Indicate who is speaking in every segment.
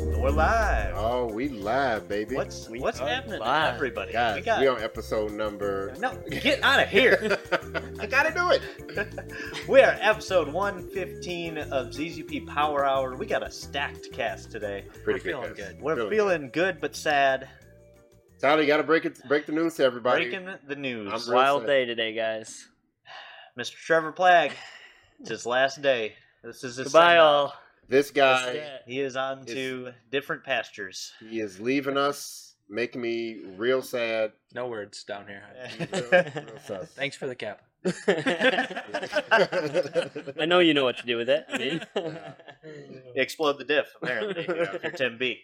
Speaker 1: live.
Speaker 2: Oh, we live, baby.
Speaker 1: What's
Speaker 3: We
Speaker 1: what's
Speaker 3: are
Speaker 1: happening
Speaker 3: live.
Speaker 1: to everybody?
Speaker 2: Guys,
Speaker 1: we
Speaker 2: we,
Speaker 1: got
Speaker 2: on episode number.
Speaker 1: no. Get out of here.
Speaker 2: I gotta do it.
Speaker 1: we are episode one fifteen of ZZP Power Hour. We got a stacked cast today.
Speaker 2: Pretty
Speaker 3: We're feeling
Speaker 2: guys.
Speaker 3: good.
Speaker 1: We're
Speaker 2: Really
Speaker 1: feeling good but sad.
Speaker 2: good. Tyler, you gotta break it, break the news to everybody.
Speaker 1: Breaking the news,
Speaker 2: I'm real
Speaker 3: Wild
Speaker 2: sad.
Speaker 3: day today, guys.
Speaker 1: Mr. Trevor Plagg. It's his last day. This is his
Speaker 3: Goodbye,
Speaker 1: send-off.
Speaker 3: all.
Speaker 2: This
Speaker 1: uh,
Speaker 3: That's
Speaker 2: guy,
Speaker 3: that.
Speaker 1: He is on
Speaker 2: It's-
Speaker 1: to different pastures.
Speaker 2: he is leaving us, making me real sad.
Speaker 3: No words down here. Thanks for the cap.
Speaker 2: I
Speaker 4: I know you know what to do with it. I mean,
Speaker 1: Explode the diff, apparently.
Speaker 2: Yeah.
Speaker 1: You're Tim B.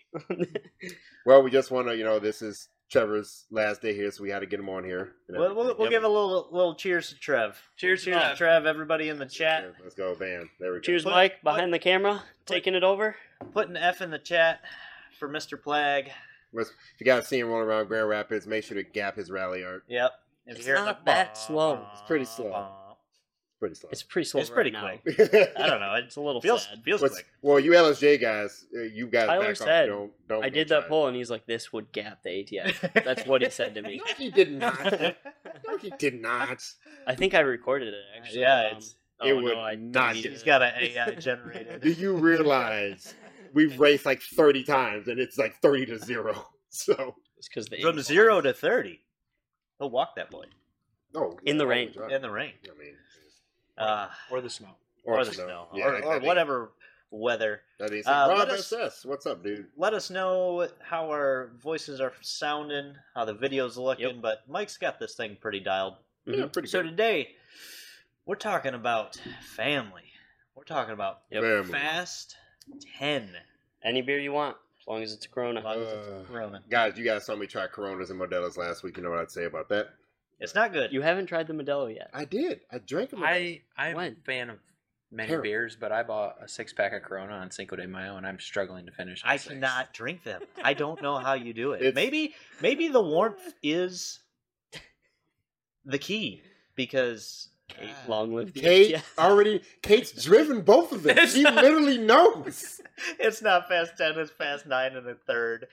Speaker 2: Well, we just want to, you know, this is Trevor's last day here, so we had to get him on here. and
Speaker 1: We'll, we'll, we'll
Speaker 2: everything.
Speaker 1: give a little little cheers to Trev.
Speaker 3: Cheers,
Speaker 1: Cheers to
Speaker 3: Mike.
Speaker 1: Trev, everybody in the chat.
Speaker 2: Yeah, Let's go, bam. There we go.
Speaker 4: cheers,
Speaker 1: Put-
Speaker 4: Mike, behind the camera,
Speaker 1: put-
Speaker 4: taking it over.
Speaker 1: Put an F in the chat for Mr. Plagg.
Speaker 2: Let's- If you guys see him rolling around Grand Rapids, make sure to gap his rally art.
Speaker 1: Yep. If
Speaker 4: It's
Speaker 1: you're in
Speaker 4: not
Speaker 1: the-
Speaker 4: that slow.
Speaker 2: It's pretty slow. Pretty slow.
Speaker 4: It's pretty slow.
Speaker 1: It's pretty
Speaker 4: right now.
Speaker 1: quick. I don't know. It
Speaker 4: It's a little
Speaker 1: feels
Speaker 4: sad.
Speaker 1: feels
Speaker 2: What's-
Speaker 1: quick.
Speaker 2: well, you LSJ guys, uh, you guys
Speaker 4: Tyler
Speaker 2: back
Speaker 4: said,
Speaker 2: off. Don't, don't,
Speaker 4: I did
Speaker 2: don't
Speaker 4: that
Speaker 2: try.
Speaker 4: poll, and he's like, "This would gap the ATF." That's what he said to me.
Speaker 2: No, he did not. no, he did not.
Speaker 4: I think I recorded it actually.
Speaker 1: Yeah, it's-
Speaker 4: oh,
Speaker 2: it would
Speaker 4: no, I
Speaker 2: not.
Speaker 4: deleted
Speaker 1: He's
Speaker 4: it.
Speaker 1: got uh, an AI
Speaker 2: Do
Speaker 1: generated.
Speaker 2: you realize we've raced like 30 times and it's like 30 to 0? So,
Speaker 4: It's because the
Speaker 1: From
Speaker 4: incline.
Speaker 1: zero to 30. He'll walk that boy
Speaker 2: no.
Speaker 4: In the
Speaker 2: no,
Speaker 4: rain.
Speaker 2: we're done.
Speaker 1: in the rain.
Speaker 2: I mean,
Speaker 1: Uh,
Speaker 3: Or the snow.
Speaker 1: or, the snow.
Speaker 2: Yeah,
Speaker 1: or,
Speaker 2: I- I
Speaker 1: or
Speaker 2: think-
Speaker 1: whatever weather.
Speaker 2: I think so.
Speaker 1: Uh,
Speaker 2: Rob
Speaker 1: let us-
Speaker 2: SS, what's up, dude?
Speaker 1: Let us know how our voices are sounding, how the video's looking, but Mike's got this thing pretty dialed.
Speaker 4: Mhm.
Speaker 2: Yeah, pretty
Speaker 1: So
Speaker 2: good.
Speaker 1: today, we're talking about family. We're talking about
Speaker 4: Yep.
Speaker 2: Family.
Speaker 1: Fast 10.
Speaker 4: Any beer you want, as long as it's a Corona.
Speaker 1: Long as it's
Speaker 2: Uh,
Speaker 1: Roman.
Speaker 2: Guys, you guys saw me try Coronas and Modelo's last week. You know what I'd say about that?
Speaker 1: It's not good.
Speaker 4: You haven't tried the Modelo yet.
Speaker 2: I did. I drank them.
Speaker 3: I I'm
Speaker 4: When?
Speaker 3: a fan of many
Speaker 2: Terrible.
Speaker 3: beers, but I bought a six pack of Corona on Cinco de Mayo, and I'm struggling to finish.
Speaker 1: I
Speaker 3: the six.
Speaker 1: cannot drink them. I don't know how you do it.
Speaker 2: It's-
Speaker 1: Maybe maybe the warmth is the key because
Speaker 4: Kate, long live the
Speaker 2: Kate
Speaker 4: ATF.
Speaker 2: already. Kate's driven both of them.
Speaker 3: It's
Speaker 2: She
Speaker 3: not-
Speaker 2: literally knows.
Speaker 1: it's not fast 10, it's fast 9 and a third.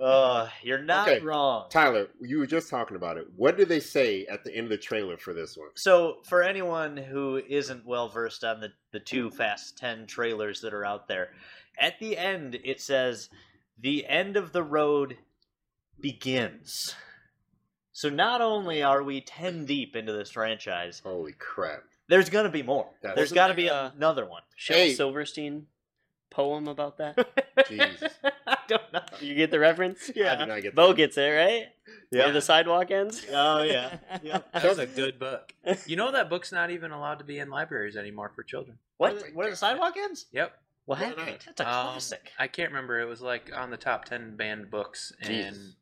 Speaker 1: Uh, you're not
Speaker 2: Okay.
Speaker 1: wrong.
Speaker 2: Tyler, you were just talking about it. What do they say at the end of the trailer for this one?
Speaker 1: So, for anyone who isn't well versed on the, the two Fast 10 trailers that are out there, at the end it says, The end of the road begins. So, not only are we 10 deep into this franchise,
Speaker 2: Holy crap!
Speaker 1: there's going to be more.
Speaker 2: That's-
Speaker 1: there's
Speaker 2: Wasn't
Speaker 1: got to be
Speaker 4: there, uh,
Speaker 1: another one.
Speaker 4: Shel
Speaker 2: Hey.
Speaker 4: Silverstein poem about that.
Speaker 2: Jesus.
Speaker 1: I don't know.
Speaker 4: You get the reference?
Speaker 2: I did not get
Speaker 4: Bo
Speaker 2: that.
Speaker 4: gets it, right?
Speaker 1: Yeah.
Speaker 4: Where the sidewalk ends?
Speaker 1: Oh, yeah. Yep.
Speaker 3: That was a good book. You know that book's not even allowed to be in libraries anymore for children.
Speaker 4: What?
Speaker 2: my
Speaker 1: Where the
Speaker 2: God.
Speaker 1: sidewalk ends?
Speaker 3: Yep.
Speaker 4: What?
Speaker 2: Why not?
Speaker 1: That's a
Speaker 3: Um,
Speaker 1: classic.
Speaker 3: I can't remember. It was like on the top ten banned books, and
Speaker 2: Jesus.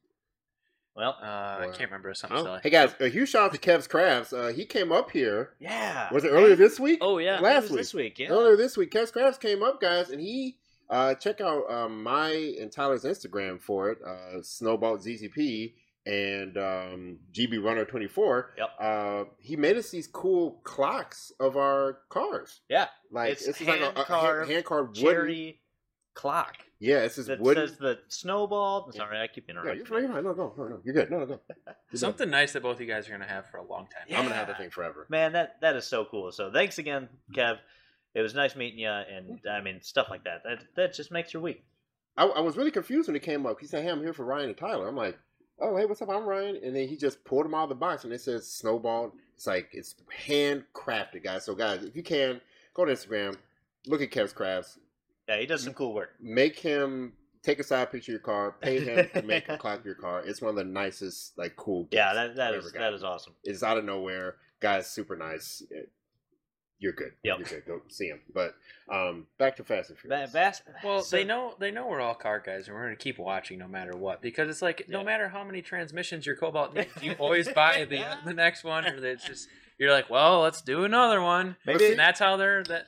Speaker 1: Well,
Speaker 3: uh, I
Speaker 2: Wow.
Speaker 3: can't remember something
Speaker 4: Oh.
Speaker 3: silly.
Speaker 2: Hey guys, a huge shout out to Kev's Crafts. Uh, he came up here.
Speaker 1: yeah.
Speaker 2: Was it earlier this week?
Speaker 4: Oh yeah.
Speaker 1: It
Speaker 2: Last
Speaker 1: was
Speaker 2: week.
Speaker 1: This week, yeah.
Speaker 2: Earlier this week, Kev's Crafts came up, guys, and he uh, check out um, my and Tyler's Instagram for it. Uh, Snowball ZZP and um, GB Runner Twenty Four.
Speaker 1: Yep.
Speaker 2: Uh, he made us these cool clocks of our cars.
Speaker 1: Yeah.
Speaker 2: Like
Speaker 1: It's
Speaker 2: this is like a- a,
Speaker 1: hand-carved
Speaker 2: hand carved wooden.
Speaker 1: Cherry clock.
Speaker 2: Yeah, this is
Speaker 1: that
Speaker 2: wooden.
Speaker 1: says the snowball. Sorry, I keep
Speaker 2: Yeah, you're
Speaker 1: interrupting.
Speaker 2: fine. You're fine. No, go. No, no, you're good. No, no, go. You're done.
Speaker 3: Something nice that both you guys are gonna have for a long time.
Speaker 1: Yeah.
Speaker 2: I'm gonna have that thing forever.
Speaker 1: Man, that that is so cool. So thanks again, Kev. It was nice meeting you, and I mean stuff like that. That that just makes your week.
Speaker 2: I, I was really confused when it came up. He said, "Hey, I'm here for Ryan and Tyler." I'm like, "Oh, hey, what's up? I'm Ryan." And then he just pulled them out of the box, and it says "Snowball." It's like it's handcrafted, guys. So, guys, if you can, go to Instagram, look at Kev's Crafts,
Speaker 1: Yeah, he does
Speaker 2: Mm-hmm.
Speaker 1: some cool work.
Speaker 2: make him take a side picture of your car, pay him to make a clock of your car. It's one of the nicest, like, cool. Gifts
Speaker 1: Yeah, that that
Speaker 2: I've
Speaker 1: is
Speaker 2: ever
Speaker 1: that
Speaker 2: gotten.
Speaker 1: is awesome.
Speaker 2: It's out of nowhere, guys. Super nice. You're good.
Speaker 1: Yep.
Speaker 2: You're good. Go see him. But um, back to Fast and
Speaker 1: Ba-
Speaker 2: Furious.
Speaker 1: Bas-
Speaker 3: Well,
Speaker 1: so-
Speaker 3: they know they know we're all car guys, and we're going to keep watching no matter what because it's like no
Speaker 1: Yeah.
Speaker 3: matter how many transmissions your Cobalt needs, you always buy the
Speaker 1: Yeah.
Speaker 3: the next one, or it's just you're like, well, let's do another one,
Speaker 1: maybe
Speaker 3: and that's how they're that.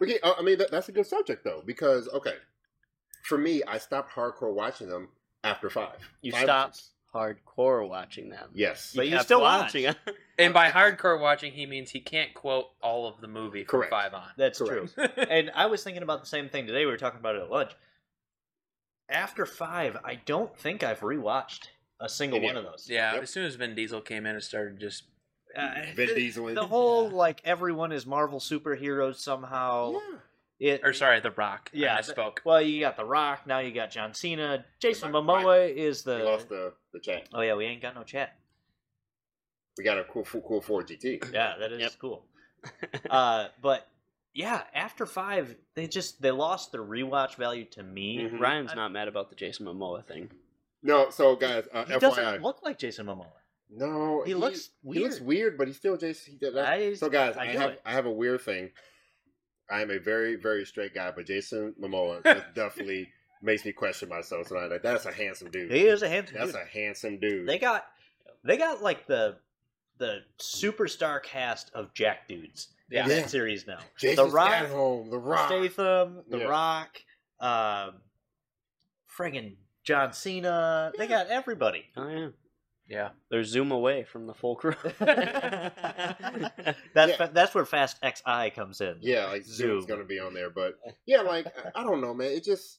Speaker 2: Okay, uh, I mean that, that's a good subject though because okay, for me, I stopped hardcore watching them after five.
Speaker 4: You
Speaker 2: Five-
Speaker 4: stopped hardcore watching them.
Speaker 2: Yes,
Speaker 1: But you
Speaker 4: kept
Speaker 1: still watch.
Speaker 4: them.
Speaker 3: And by hardcore watching, he means he can't quote all of the movie from
Speaker 2: Correct.
Speaker 3: five on.
Speaker 1: that's
Speaker 2: Correct.
Speaker 1: true. and I was thinking about the same thing today. We were talking about it at lunch. after five, I don't think I've rewatched a single
Speaker 2: Any
Speaker 1: one
Speaker 2: of
Speaker 1: of those.
Speaker 3: Yeah,
Speaker 2: Yep.
Speaker 3: as soon as Vin Diesel came in, it started just
Speaker 1: Uh,
Speaker 2: Vin Diesel.
Speaker 1: the,
Speaker 2: in-
Speaker 1: the whole like everyone is Marvel superheroes somehow.
Speaker 2: Yeah.
Speaker 1: It
Speaker 3: or sorry, The Rock.
Speaker 1: Yeah,
Speaker 3: I misspoke.
Speaker 1: Well, you got The Rock. Now you got John Cena. Jason
Speaker 2: Right.
Speaker 1: Momoa is
Speaker 2: We
Speaker 1: the.
Speaker 2: lost the, the chat.
Speaker 1: Oh yeah, we ain't got no chat.
Speaker 2: We got a cool, cool, cool 4GT.
Speaker 1: Yeah, that is
Speaker 4: Yep.
Speaker 1: cool. Uh, but yeah, after five, they just they lost their rewatch value to me.
Speaker 2: Mhm.
Speaker 4: Ryan's not mad about the Jason Momoa thing.
Speaker 2: No, so guys, uh,
Speaker 1: He
Speaker 2: FYI.
Speaker 1: doesn't look like Jason Momoa.
Speaker 2: no,
Speaker 1: He, looks
Speaker 2: He
Speaker 1: weird.
Speaker 2: looks weird, but he's still Jason. He did that.
Speaker 1: I-
Speaker 2: so guys,
Speaker 1: I
Speaker 2: I,
Speaker 1: do
Speaker 2: have
Speaker 1: it.
Speaker 2: I have a weird thing. I am a very very straight guy, but Jason Momoa just definitely makes me question myself. So I'm like, that's a handsome dude.
Speaker 1: He is a handsome
Speaker 2: That's
Speaker 1: dude.
Speaker 2: a handsome dude.
Speaker 1: They got they got like the the superstar cast of Jack dudes
Speaker 3: Yeah.
Speaker 1: in that
Speaker 2: Yeah.
Speaker 1: series now.
Speaker 2: Jason
Speaker 1: The Rock-
Speaker 2: Statham, The Rock.
Speaker 1: Statham, The
Speaker 2: Yeah.
Speaker 1: Rock, um, friggin' John Cena. They got everybody.
Speaker 4: Oh yeah,
Speaker 3: Yeah.
Speaker 4: they're zoom away from the full crew.
Speaker 1: That's
Speaker 2: Yeah.
Speaker 1: fa- that's where Fast XI comes in.
Speaker 2: Yeah, like Zoom's
Speaker 1: Zoom.
Speaker 2: gonna be on there, but yeah, like I- I don't know, man. It just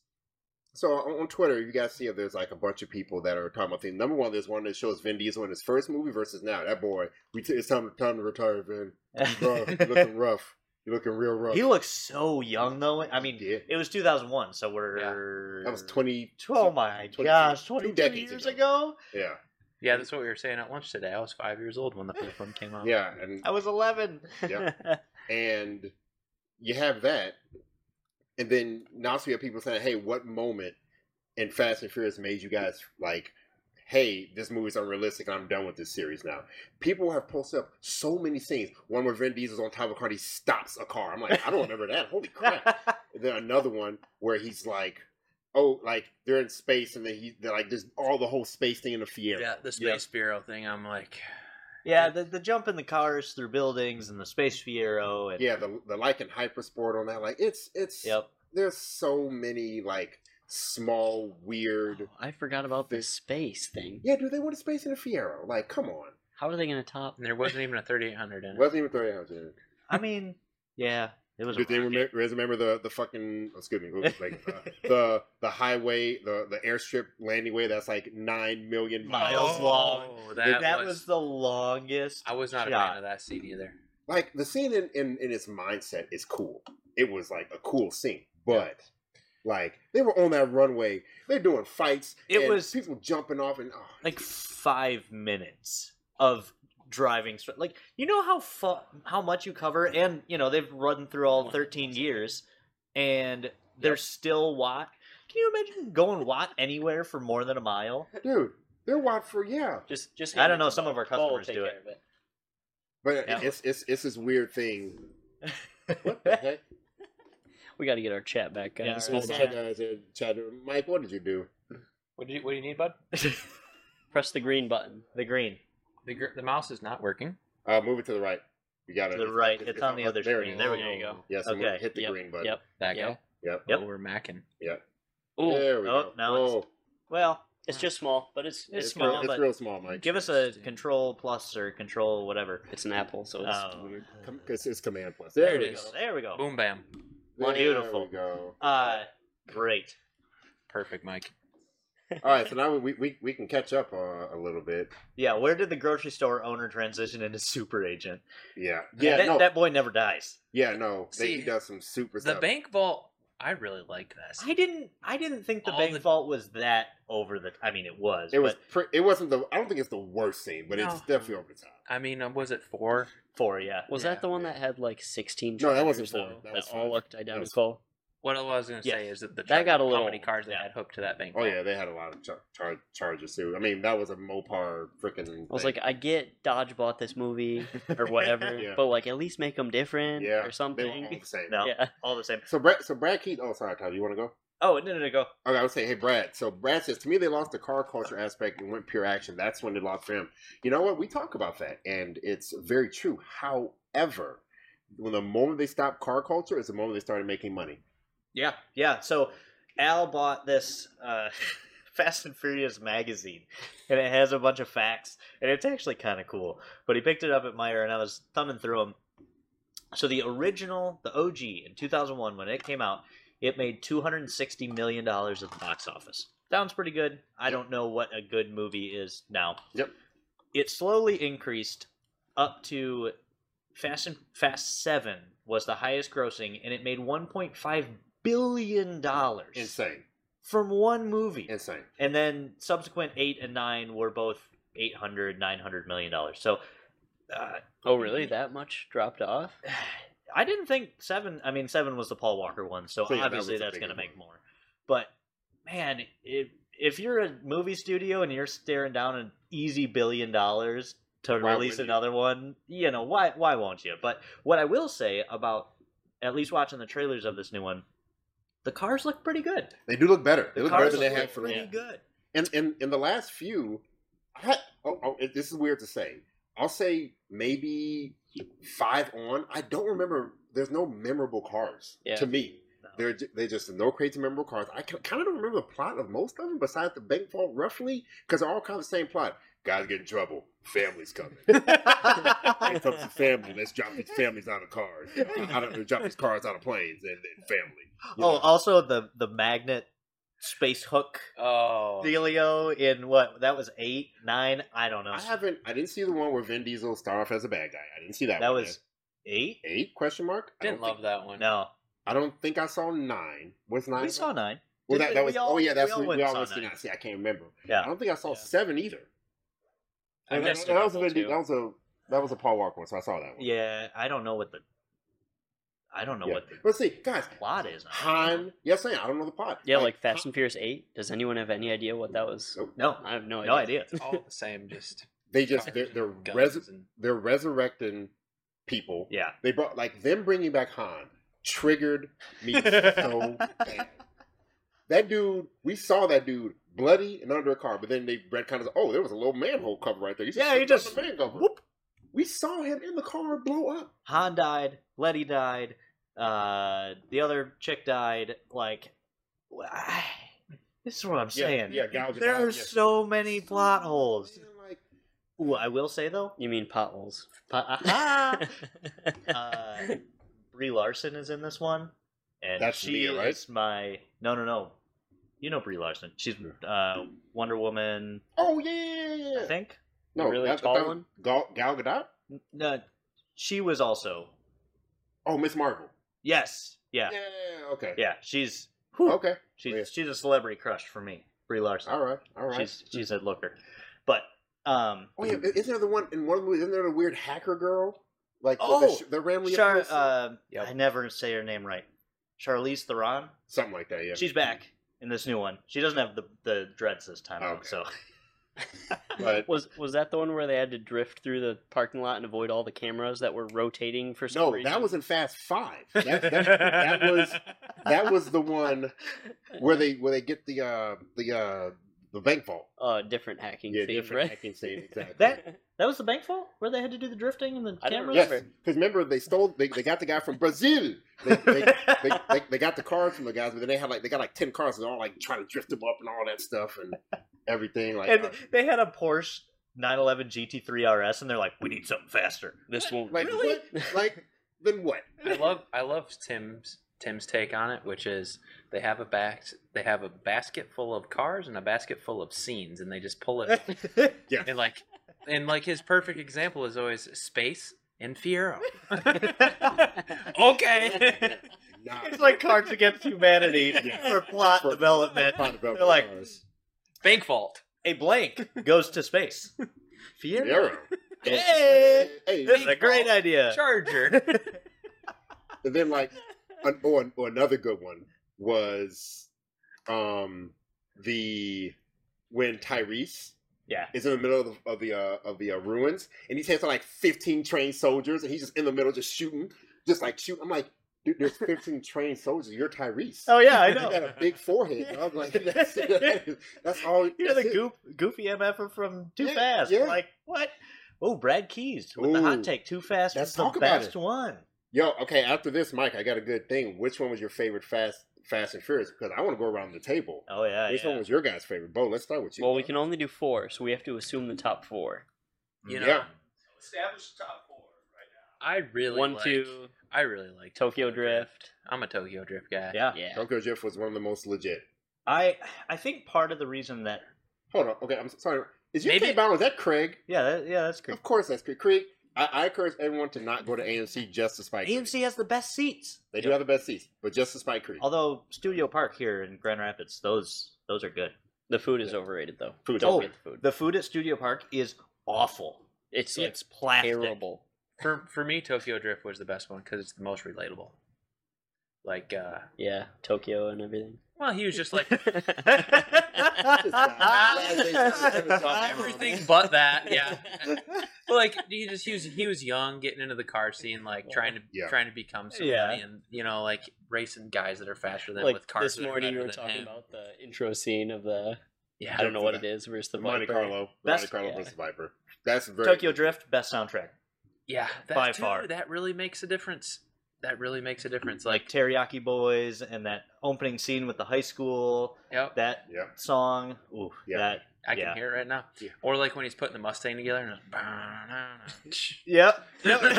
Speaker 2: so on, on Twitter, you guys see there's like a bunch of people that are talking about things. Number one, there's one that shows Vin Diesel in his first movie versus now. That boy, we t- it's time time to retire, Vin. Bro, you're looking rough. You're looking real rough.
Speaker 1: he looks so young though. I mean,
Speaker 2: Yeah.
Speaker 1: it was 2001, so we're
Speaker 2: that was twenty.
Speaker 1: Oh my
Speaker 2: 22
Speaker 1: gosh,
Speaker 2: two
Speaker 1: 22
Speaker 2: decades
Speaker 1: years
Speaker 2: ago.
Speaker 1: ago.
Speaker 2: Yeah,
Speaker 3: Yeah, that's what we were saying at lunch today. I was five years old when the first one came out.
Speaker 2: yeah, and
Speaker 1: I was 11.
Speaker 2: and you have that, and then now so you have people saying, "Hey, what moment in Fast and Furious made you guys like, hey, this movie's unrealistic, and I'm done with this series now." People have posted up so many scenes. One where Vin Diesel's on top of a car, and he stops a car. I'm like, I don't remember that. Holy crap! And then another one where he's like, "Oh, like they're in space, and then he they're like just all the whole space thing in the theater."
Speaker 3: Yeah, the Space
Speaker 1: Yeah.
Speaker 3: Bureau thing. I'm like,
Speaker 1: yeah, the, the jump in the cars through buildings and the space Fiero and
Speaker 2: Yeah, the the like and hypersport on that, like it's it's
Speaker 1: yep.
Speaker 2: there's so many like small weird.
Speaker 4: I forgot about the space thing.
Speaker 2: Yeah, dude, they went to space in a Fiero. Like, come on,
Speaker 4: How are they gonna top?
Speaker 3: and there wasn't even a 3800 in it.
Speaker 2: wasn't even three hundred.
Speaker 1: I mean, yeah, it was. a
Speaker 2: Do they
Speaker 1: rocket.
Speaker 2: remember, remember the the fucking oh, excuse me what was it, like uh, the the highway the the airstrip landing way that's like nine million miles?
Speaker 1: Miles long.
Speaker 3: Oh, that,
Speaker 1: that
Speaker 3: was,
Speaker 1: was, the longest.
Speaker 3: I was not a
Speaker 1: shot.
Speaker 3: fan of that scene either.
Speaker 2: Like the scene in, in in its mindset is cool. It was like a cool scene, but. Like they were on that runway, they're doing fights.
Speaker 1: It
Speaker 2: and
Speaker 1: was-
Speaker 2: people jumping off and oh,
Speaker 1: like five minutes of driving. str- Like you know how fu- how much you cover, and you know they've run through all thirteen years, and they're still Watt. Can you imagine going Watt anywhere for more than a mile?
Speaker 2: dude, they're wide for yeah.
Speaker 4: Just, just.
Speaker 1: I
Speaker 4: hand
Speaker 1: don't
Speaker 4: it
Speaker 1: know,
Speaker 4: to
Speaker 1: some
Speaker 4: Bo.
Speaker 1: of our
Speaker 4: Bo will
Speaker 1: customers
Speaker 4: take
Speaker 1: do it.
Speaker 4: care of
Speaker 2: But
Speaker 1: Yeah.
Speaker 2: it's it's it's this weird thing. What the heck?
Speaker 4: We got to get our chat back,
Speaker 1: Yeah,
Speaker 4: guys.
Speaker 1: all
Speaker 4: Hold
Speaker 1: right.
Speaker 4: on.
Speaker 2: Chad, uh, said- Chad, uh, Mike, what did you do?
Speaker 3: What do you What do you need, bud?
Speaker 4: Press the green button.
Speaker 1: the green.
Speaker 3: The gr- the mouse is not working.
Speaker 2: Uh, move it to the right. You got it.
Speaker 1: To the right. It's on the other
Speaker 2: there
Speaker 1: screen.
Speaker 2: It is.
Speaker 1: There we
Speaker 4: go. There you go.
Speaker 2: Yes.
Speaker 1: Okay.
Speaker 2: Okay. Hit the
Speaker 4: Yep.
Speaker 2: green button.
Speaker 4: Yep.
Speaker 3: Oh, That
Speaker 4: Yeah.
Speaker 3: guy.
Speaker 2: Yep.
Speaker 1: Yep.
Speaker 3: Oh, we're macking.
Speaker 4: Ooh,
Speaker 2: There we
Speaker 1: Oh,
Speaker 2: go.
Speaker 1: now
Speaker 2: oh,
Speaker 1: it's- Well,
Speaker 4: it's just small, but it's
Speaker 1: It's
Speaker 4: it's,
Speaker 1: small,
Speaker 2: real, it's
Speaker 1: but-
Speaker 2: real small, Mike.
Speaker 1: give us a control plus or control whatever.
Speaker 4: It's an apple, so it's
Speaker 1: Oh.
Speaker 4: weird.
Speaker 2: Com- it's, it's command plus.
Speaker 1: There,
Speaker 2: There,
Speaker 1: we
Speaker 2: it is.
Speaker 1: go. There we go.
Speaker 3: Boom, bam.
Speaker 2: There
Speaker 1: Beautiful.
Speaker 2: we go.
Speaker 1: Uh, great.
Speaker 3: Perfect, Mike.
Speaker 2: All right. So now we we, we can catch up uh, a little bit.
Speaker 1: Yeah, where did the grocery store owner transition into super agent?
Speaker 2: Yeah. Yeah.
Speaker 1: that,
Speaker 2: no.
Speaker 1: that boy never dies.
Speaker 2: yeah. No. They,
Speaker 3: See,
Speaker 2: he does some super
Speaker 3: The
Speaker 2: stuff.
Speaker 3: bank vault. I really liked that. Scene.
Speaker 1: I didn't. I didn't think the
Speaker 3: All
Speaker 1: bank
Speaker 3: the-
Speaker 1: vault was that over the. I mean, it was.
Speaker 2: It was.
Speaker 1: but
Speaker 2: Pre- it wasn't the. I don't think it's the worst scene, but it's
Speaker 3: No.
Speaker 2: definitely over the top.
Speaker 3: I mean, uh, was it four?
Speaker 1: four. Yeah.
Speaker 4: Was
Speaker 3: Yeah,
Speaker 4: that the one
Speaker 2: yeah.
Speaker 4: that had like sixteen?
Speaker 2: No, that
Speaker 4: tracks
Speaker 2: wasn't
Speaker 4: or so
Speaker 2: four. That
Speaker 4: That,
Speaker 2: was
Speaker 4: all
Speaker 2: five.
Speaker 4: looked identical.
Speaker 3: What I was going to say
Speaker 1: Yes.
Speaker 3: is that the
Speaker 4: That got a
Speaker 3: how
Speaker 4: little-
Speaker 3: many cards they had hooked to that bank.
Speaker 2: Oh
Speaker 3: vault.
Speaker 2: yeah, they had a lot of char- char- charges too. I mean, that was a Mopar freaking.
Speaker 4: I was like, I get Dodge bought this movie or whatever,
Speaker 2: Yeah.
Speaker 4: but like at least make them different
Speaker 2: yeah, They
Speaker 4: or
Speaker 2: were all
Speaker 4: something.
Speaker 2: the same.
Speaker 1: No.
Speaker 4: Yeah,
Speaker 1: All the same.
Speaker 2: So Brad, so Brad Keith. Oh, sorry, Tyler. You want to go?
Speaker 1: Oh no no no go.
Speaker 2: Okay, I would say, hey Brad. So Brad says to me, they lost the car culture aspect and went pure action. That's when they lost for him. You know what? We talk about that, and it's very true. However, when the moment they stopped car culture is the moment they started making money.
Speaker 1: Yeah yeah. So Al bought this uh, Fast and Furious magazine, and it has a bunch of facts, and it's actually kind of cool. But he picked it up at Meyer, and I was thumbing through them. So the original, the OG in 2001, when it came out, It made two hundred sixty million dollars at the box office. Sounds pretty good. I don't know what a good movie is now.
Speaker 2: Yep.
Speaker 1: It slowly increased up to Fast and Fast Seven was the highest grossing, and it made one point five billion dollars
Speaker 2: Insane.
Speaker 1: from one movie.
Speaker 2: Insane.
Speaker 1: And then subsequent eight and nine were both 800, 900 million dollars. So uh,
Speaker 4: Oh, really? That much dropped off?
Speaker 1: I didn't think seven. I mean, seven was the Paul Walker one, so
Speaker 2: So, yeah, that
Speaker 1: obviously
Speaker 2: was the
Speaker 1: that's going
Speaker 2: bigger
Speaker 1: to make
Speaker 2: one.
Speaker 1: more. But man, if if you're a movie studio and you're staring down an easy billion dollars to
Speaker 2: Why
Speaker 1: release
Speaker 2: wouldn't you?
Speaker 1: another one, you know why why won't you? But what I will say about at least watching the trailers of this new one, the cars look pretty good.
Speaker 2: They do look better. They
Speaker 1: The
Speaker 2: look better
Speaker 1: cars
Speaker 2: than
Speaker 1: look
Speaker 2: they had for
Speaker 1: pretty
Speaker 2: yeah.
Speaker 1: good.
Speaker 2: And in in the last few, I, oh, oh, it- this is weird to say. I'll say maybe five on. I don't remember. There's no memorable cars
Speaker 4: Yeah.
Speaker 2: to me.
Speaker 1: No.
Speaker 2: They're ju- they just no crazy memorable cars. I kind of don't remember the plot of most of them besides the bank vault roughly because they're all kind of the same plot. Guys get in trouble. Families coming. Here comes the family. Let's drop these families out of cars. Out of, drop these cars out of planes and, and family. You
Speaker 1: Oh,
Speaker 2: know?
Speaker 1: also the the magnet space hook
Speaker 3: Oh,
Speaker 1: Delio in what that was eight nine I don't know
Speaker 2: I haven't. I didn't see the one where Vin Diesel started off as a bad guy. I didn't see that.
Speaker 1: that
Speaker 2: one.
Speaker 1: was eight
Speaker 2: eight question mark. I
Speaker 3: didn't
Speaker 2: don't
Speaker 3: love
Speaker 2: Think,
Speaker 3: that one.
Speaker 1: no
Speaker 2: I don't think I saw nine. What's nine?
Speaker 1: we saw nine Did
Speaker 2: Well, that,
Speaker 1: we-
Speaker 2: that
Speaker 1: we
Speaker 2: was.
Speaker 1: all-
Speaker 2: oh yeah, that's
Speaker 1: we all
Speaker 2: we,
Speaker 1: went
Speaker 2: we all
Speaker 1: saw
Speaker 2: went to
Speaker 1: nine.
Speaker 2: nine. See, I can't remember.
Speaker 1: yeah
Speaker 2: I don't think I saw
Speaker 3: Yeah.
Speaker 2: seven either.
Speaker 3: I
Speaker 2: And
Speaker 3: missed
Speaker 2: that,
Speaker 3: a
Speaker 2: that was a
Speaker 3: couple,
Speaker 2: Vin Di-
Speaker 3: too.
Speaker 2: that was a that was a Paul Walker one, so I saw that one.
Speaker 1: yeah I don't know what the I don't know
Speaker 2: Yeah.
Speaker 1: what the
Speaker 2: Let's see, guys.
Speaker 1: plot is
Speaker 2: Han. Yes, I I don't know the plot.
Speaker 4: Yeah, like Fast and Furious 8. Does anyone have any idea what that was?
Speaker 2: Nope.
Speaker 1: no
Speaker 4: I have no idea.
Speaker 1: no idea
Speaker 3: It's all the same, just
Speaker 2: They just they're they're,
Speaker 3: guns
Speaker 2: res-
Speaker 3: and
Speaker 2: they're resurrecting people.
Speaker 1: yeah
Speaker 2: They brought like them bringing back Han triggered me so bad. That dude, we saw that dude bloody and under a car, but then they read kind of oh, there was a little manhole cover right there.
Speaker 1: Yeah, he
Speaker 2: slipped on
Speaker 1: just-
Speaker 2: the man cover.
Speaker 1: whoop
Speaker 2: We saw him in the car blow up.
Speaker 1: Han died Letty died uh the other chick died like this is what I'm saying
Speaker 2: yeah, gouging
Speaker 1: there
Speaker 2: out,
Speaker 1: are
Speaker 2: yeah.
Speaker 1: so many plot holes
Speaker 2: And, Like,
Speaker 1: Ooh, I will say though Ah,
Speaker 4: You mean potholes.
Speaker 1: aha uh, Brie Larson is in this one, and
Speaker 2: That's
Speaker 1: she
Speaker 2: Mia, right?
Speaker 1: is my no, no, no. You know Brie Larson. She's uh, Wonder Woman,
Speaker 2: oh yeah, yeah, yeah,
Speaker 1: I
Speaker 2: yeah.
Speaker 1: think.
Speaker 2: No,
Speaker 4: really
Speaker 2: that,
Speaker 4: tall
Speaker 2: that was
Speaker 4: one?
Speaker 2: Gal, Gal Gadot.
Speaker 1: N- No, she was also
Speaker 2: Oh, Miss Marvel.
Speaker 1: yes, yeah,
Speaker 2: Yeah.
Speaker 1: yeah.
Speaker 2: Okay.
Speaker 1: she's whew,
Speaker 2: Okay.
Speaker 1: she's
Speaker 2: yeah.
Speaker 1: she's a celebrity crush for me, Brie Larson.
Speaker 2: All right. All right.
Speaker 1: She's she's a looker, but um,
Speaker 2: Oh yeah, isn't there the one in one of the movies? Isn't there the weird hacker girl? Like the-
Speaker 1: Oh,
Speaker 2: the, the, rambling
Speaker 1: Char, uh,
Speaker 3: Yep.
Speaker 1: I never say her name right. Charlize Theron.
Speaker 2: something like that. Yeah.
Speaker 1: She's back in this new one. She doesn't have the the dreads this time,
Speaker 2: Okay.
Speaker 1: out, so
Speaker 2: but
Speaker 4: Was was that the one where they had to drift through the parking lot and avoid all the cameras that were rotating for some
Speaker 2: no,
Speaker 4: reason?
Speaker 2: that was in Fast Five. That, that, that was that was the one where they where they get the uh the uh the bank vault.
Speaker 4: uh, different hacking
Speaker 2: Yeah,
Speaker 4: theme,
Speaker 2: different
Speaker 4: right?
Speaker 2: hacking scene, exactly.
Speaker 1: That- That was the bank vault where they had to do the drifting and the
Speaker 4: I don't
Speaker 1: cameras.
Speaker 2: Yes,
Speaker 4: remember.
Speaker 2: because remember they stole they, they got the guy from Brazil. They, they, they, they, they got the cars from the guys, but then they had like they got like ten cars and they're all like trying to drift them up and all that stuff and everything. Like
Speaker 1: and
Speaker 2: uh,
Speaker 1: they had a Porsche 911 GT3 RS, and they're like, "We need something faster."
Speaker 4: this won't
Speaker 2: like what? Like then what?
Speaker 3: I love I love Tim's Tim's take on it, which is they have a bas- they have a basket full of cars and a basket full of scenes, and they just pull it
Speaker 2: Yeah.
Speaker 3: and like and like his perfect example is always space and Fiero. okay,
Speaker 2: Nah.
Speaker 1: it's like Cards Against Humanity
Speaker 2: Yeah.
Speaker 1: for plot
Speaker 2: For-
Speaker 1: development.
Speaker 2: Talking about
Speaker 1: They're like,
Speaker 2: cars.
Speaker 3: bank vault.
Speaker 1: a blank goes to space. Fiero.
Speaker 2: Fiero.
Speaker 1: Hey,
Speaker 2: Hey,
Speaker 1: this is a great idea.
Speaker 3: Charger.
Speaker 2: And then like, an, or, or another good one was, um, the when Tyrese
Speaker 1: Yeah.
Speaker 2: is in the middle of the of the, uh, of the uh, ruins and he's handling like fifteen trained soldiers and he's just in the middle just shooting, just like shooting. I'm like, dude, there's fifteen trained soldiers. You're Tyrese.
Speaker 1: Oh yeah, I
Speaker 2: You got
Speaker 1: know.
Speaker 2: a big forehead. I'm like, that's, that's all.
Speaker 1: You're
Speaker 2: that's
Speaker 1: the
Speaker 2: it.
Speaker 1: goof, goofy mf'er from Too
Speaker 2: Yeah,
Speaker 1: Fast.
Speaker 2: yeah.
Speaker 1: Like what? Oh, Brad Keys with the hot
Speaker 2: Ooh.
Speaker 1: take. Too Fast
Speaker 2: Let's
Speaker 1: is the
Speaker 2: talk about
Speaker 1: best
Speaker 2: it.
Speaker 1: one.
Speaker 2: Yo, okay. After this, Mike, I got a good thing. Which one was your favorite Fast Fast and Furious? Because I want to go around the table.
Speaker 1: Oh yeah.
Speaker 2: Which
Speaker 1: yeah.
Speaker 2: one was your guy's favorite? Bo, let's start with you.
Speaker 4: Well, we can only do four, so we have to assume the top four.
Speaker 3: You
Speaker 2: Yeah.
Speaker 3: know,
Speaker 2: Yeah.
Speaker 3: I really
Speaker 4: One,
Speaker 3: like-
Speaker 4: two,
Speaker 3: I really like
Speaker 4: Tokyo Drift. Ah,
Speaker 3: I'm a Tokyo Drift guy.
Speaker 1: Yeah.
Speaker 4: Yeah.
Speaker 2: Tokyo Drift was one of the most legit.
Speaker 1: I I think part of the reason that
Speaker 2: Hold on. Okay, I'm sorry. Is UK
Speaker 3: Maybe-
Speaker 2: Bound, is that Craig?
Speaker 1: yeah that, yeah that's great.
Speaker 2: Of course that's Craig. Craig, I, I encourage everyone to not go to AMC just to spite Creek.
Speaker 1: AMC has the best seats.
Speaker 2: They do have the best seats, but just to spite Creek.
Speaker 1: Although Studio Park here in Grand Rapids, those those are good.
Speaker 4: The food is overrated though.
Speaker 2: Food.
Speaker 4: Don't
Speaker 1: Oh.
Speaker 4: get the food.
Speaker 1: The food at Studio Park is awful.
Speaker 4: It's like
Speaker 1: it's plastic.
Speaker 4: terrible.
Speaker 3: For for me, Tokyo Drift was the best one because it's the most relatable. Like, uh,
Speaker 4: Yeah, Tokyo and everything.
Speaker 3: well, he was just like everything but that. Yeah. But, like he just he was he was young, getting into the car scene, like trying to
Speaker 2: Yeah.
Speaker 3: trying to become somebody,
Speaker 1: Yeah.
Speaker 3: and you know, like racing guys that are faster than with
Speaker 4: Like
Speaker 3: cars.
Speaker 4: this
Speaker 3: that are
Speaker 4: morning,
Speaker 3: better
Speaker 4: we were
Speaker 3: than
Speaker 4: talking
Speaker 3: him.
Speaker 4: about the intro scene of the
Speaker 3: Yeah,
Speaker 4: I don't know what it
Speaker 2: Viper.
Speaker 4: is versus the
Speaker 2: Monte
Speaker 4: Viper.
Speaker 2: Carlo. Monte
Speaker 1: That's-
Speaker 2: Carlo
Speaker 4: yeah.
Speaker 2: versus Viper. That's very
Speaker 1: Tokyo Drift best soundtrack.
Speaker 3: yeah, that
Speaker 1: By
Speaker 3: too,
Speaker 1: far.
Speaker 3: that really makes a difference. That really makes a difference.
Speaker 1: Like
Speaker 3: Like,
Speaker 1: Teriyaki Boys and that opening scene with the high school.
Speaker 3: yep,
Speaker 1: That
Speaker 2: Yeah.
Speaker 1: song. Ooh,
Speaker 2: Yeah.
Speaker 1: that.
Speaker 3: I can
Speaker 1: yeah.
Speaker 3: hear it right now.
Speaker 2: Yeah.
Speaker 3: Or like when he's putting the Mustang together. And it's-
Speaker 1: Yep.
Speaker 2: dun,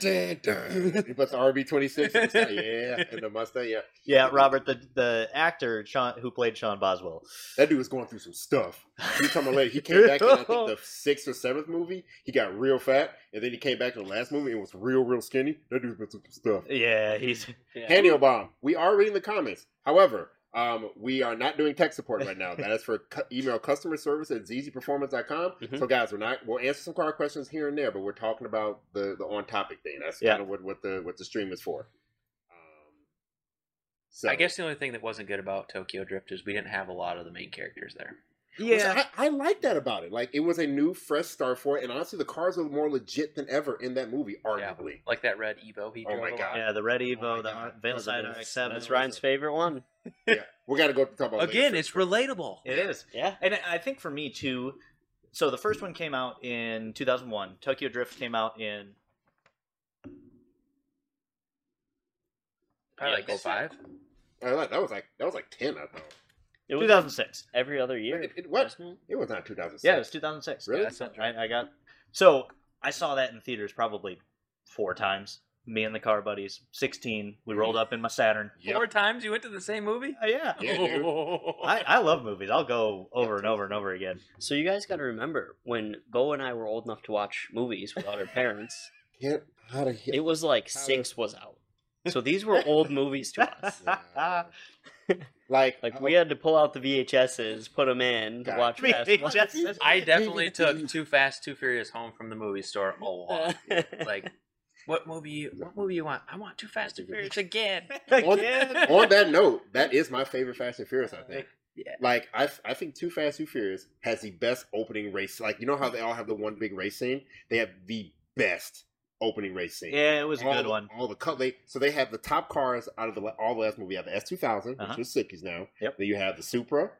Speaker 2: dun, dun. He puts the RB26 in the Mustang, yeah, and the Mustang, yeah.
Speaker 1: yeah, Robert, the the actor Sean, who played Sean Boswell.
Speaker 2: That dude was going through some stuff. He talking about later. He came back in I think the sixth or seventh movie. He got real fat, and then he came back in the last movie and was real, real skinny. That dude's been through some stuff.
Speaker 1: Yeah, he's
Speaker 4: Yeah.
Speaker 2: Handy bomb. We are reading the comments. However, um, we are not doing tech support right now. That is for cu- email customer service at zzperformance.com.
Speaker 4: Mhm.
Speaker 2: So, guys, we're not we'll answer some car questions here and there, but we're talking about the the on topic thing. That's
Speaker 1: Yeah.
Speaker 2: kind of what, what the what the stream is for. Um, so
Speaker 3: I guess the only thing that wasn't good about Tokyo Drift is we didn't have a lot of the main characters there.
Speaker 2: Which I, I like that about it. Like it was a new, fresh start for it, and honestly, the cars were more legit than ever in that movie, arguably.
Speaker 3: Like that red Evo he
Speaker 2: Oh
Speaker 3: drove
Speaker 2: my
Speaker 3: a lot.
Speaker 2: God.
Speaker 1: yeah, the Red Evo,
Speaker 2: Oh my
Speaker 1: the
Speaker 2: God. Those
Speaker 1: Valeside
Speaker 2: are the best.
Speaker 1: RX-7.
Speaker 4: That's Ryan's favorite one.
Speaker 2: Yeah, we got to go talk about it
Speaker 3: Again,
Speaker 2: later.
Speaker 3: it's relatable.
Speaker 1: It is.
Speaker 4: Yeah.
Speaker 1: And I think for me too, so the first one came out in 2001. Tokyo Drift came out in
Speaker 3: Probably like
Speaker 2: oh
Speaker 4: Yes.
Speaker 3: 05.
Speaker 2: I like- Uh, that was like that was like ten, I thought.
Speaker 4: It was
Speaker 1: 2006.
Speaker 4: every other year.
Speaker 2: It, it was.
Speaker 4: wasn't
Speaker 2: It was not 2006.
Speaker 1: Yeah, it was 2006.
Speaker 2: Really?
Speaker 3: That's not
Speaker 1: I, I got so I saw that in theaters probably four times. Me and the car buddies, 16.
Speaker 2: Mm-hmm.
Speaker 1: We rolled up in my Saturn.
Speaker 2: Yep.
Speaker 3: Four times you went to the same movie?
Speaker 1: Uh, yeah.
Speaker 2: Yeah, dude.
Speaker 1: I, I love movies. I'll go over and over and over again.
Speaker 4: So you guys got to remember when Bo and I were old enough to watch movies without our parents,
Speaker 2: Get out of
Speaker 4: it
Speaker 2: here.
Speaker 4: was like six was out. So these were old movies to us.
Speaker 2: Yeah. like, uh,
Speaker 4: Like we had to pull out the VHSs, put them in,
Speaker 2: God.
Speaker 4: watch Fast Life.
Speaker 1: VHS.
Speaker 3: I definitely took Too Fast, Too Furious home from the movie store a lot.
Speaker 4: Uh,
Speaker 3: Like, what movie? What movie you want? I want Too Fast, Too Furious again.
Speaker 1: Again.
Speaker 2: on that note, that is my favorite Fast and Furious. I think.
Speaker 3: Yeah.
Speaker 2: Like I, I think Too Fast, Too Furious has the best opening race. Like you know how they all have the one big race scene. They have the best opening race scene.
Speaker 1: Yeah, it was a
Speaker 2: all
Speaker 1: good
Speaker 2: the-
Speaker 1: one.
Speaker 2: All the cut they so they have the top cars out of the la- all the last movie. You have the S two thousand,
Speaker 1: Uh-huh.
Speaker 2: which is Sickies now.
Speaker 1: Yep.
Speaker 2: Then you have the Supra.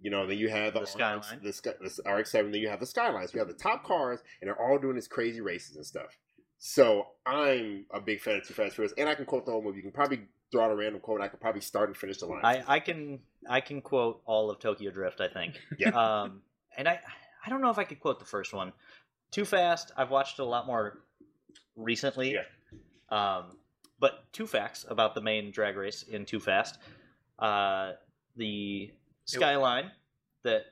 Speaker 2: You know, then you have the,
Speaker 1: The
Speaker 2: RX
Speaker 1: Skyline.
Speaker 2: the, Sky- the RX seven. Then you have the Skylines. You have the top cars, and they're all doing these crazy races and stuff. So I'm a big fan of Too Fast and Furious, and I can quote the whole movie. You can probably draw out a random quote. I could probably start and finish the line.
Speaker 1: I, I can I can quote all of Tokyo Drift, I think.
Speaker 2: Yeah.
Speaker 1: Um, and I I don't know if I could quote the first one. Too fast. I've watched it a lot more recently.
Speaker 2: Yeah.
Speaker 1: Um, but two facts about the main drag race in Too Fast. Uh, the Skyline that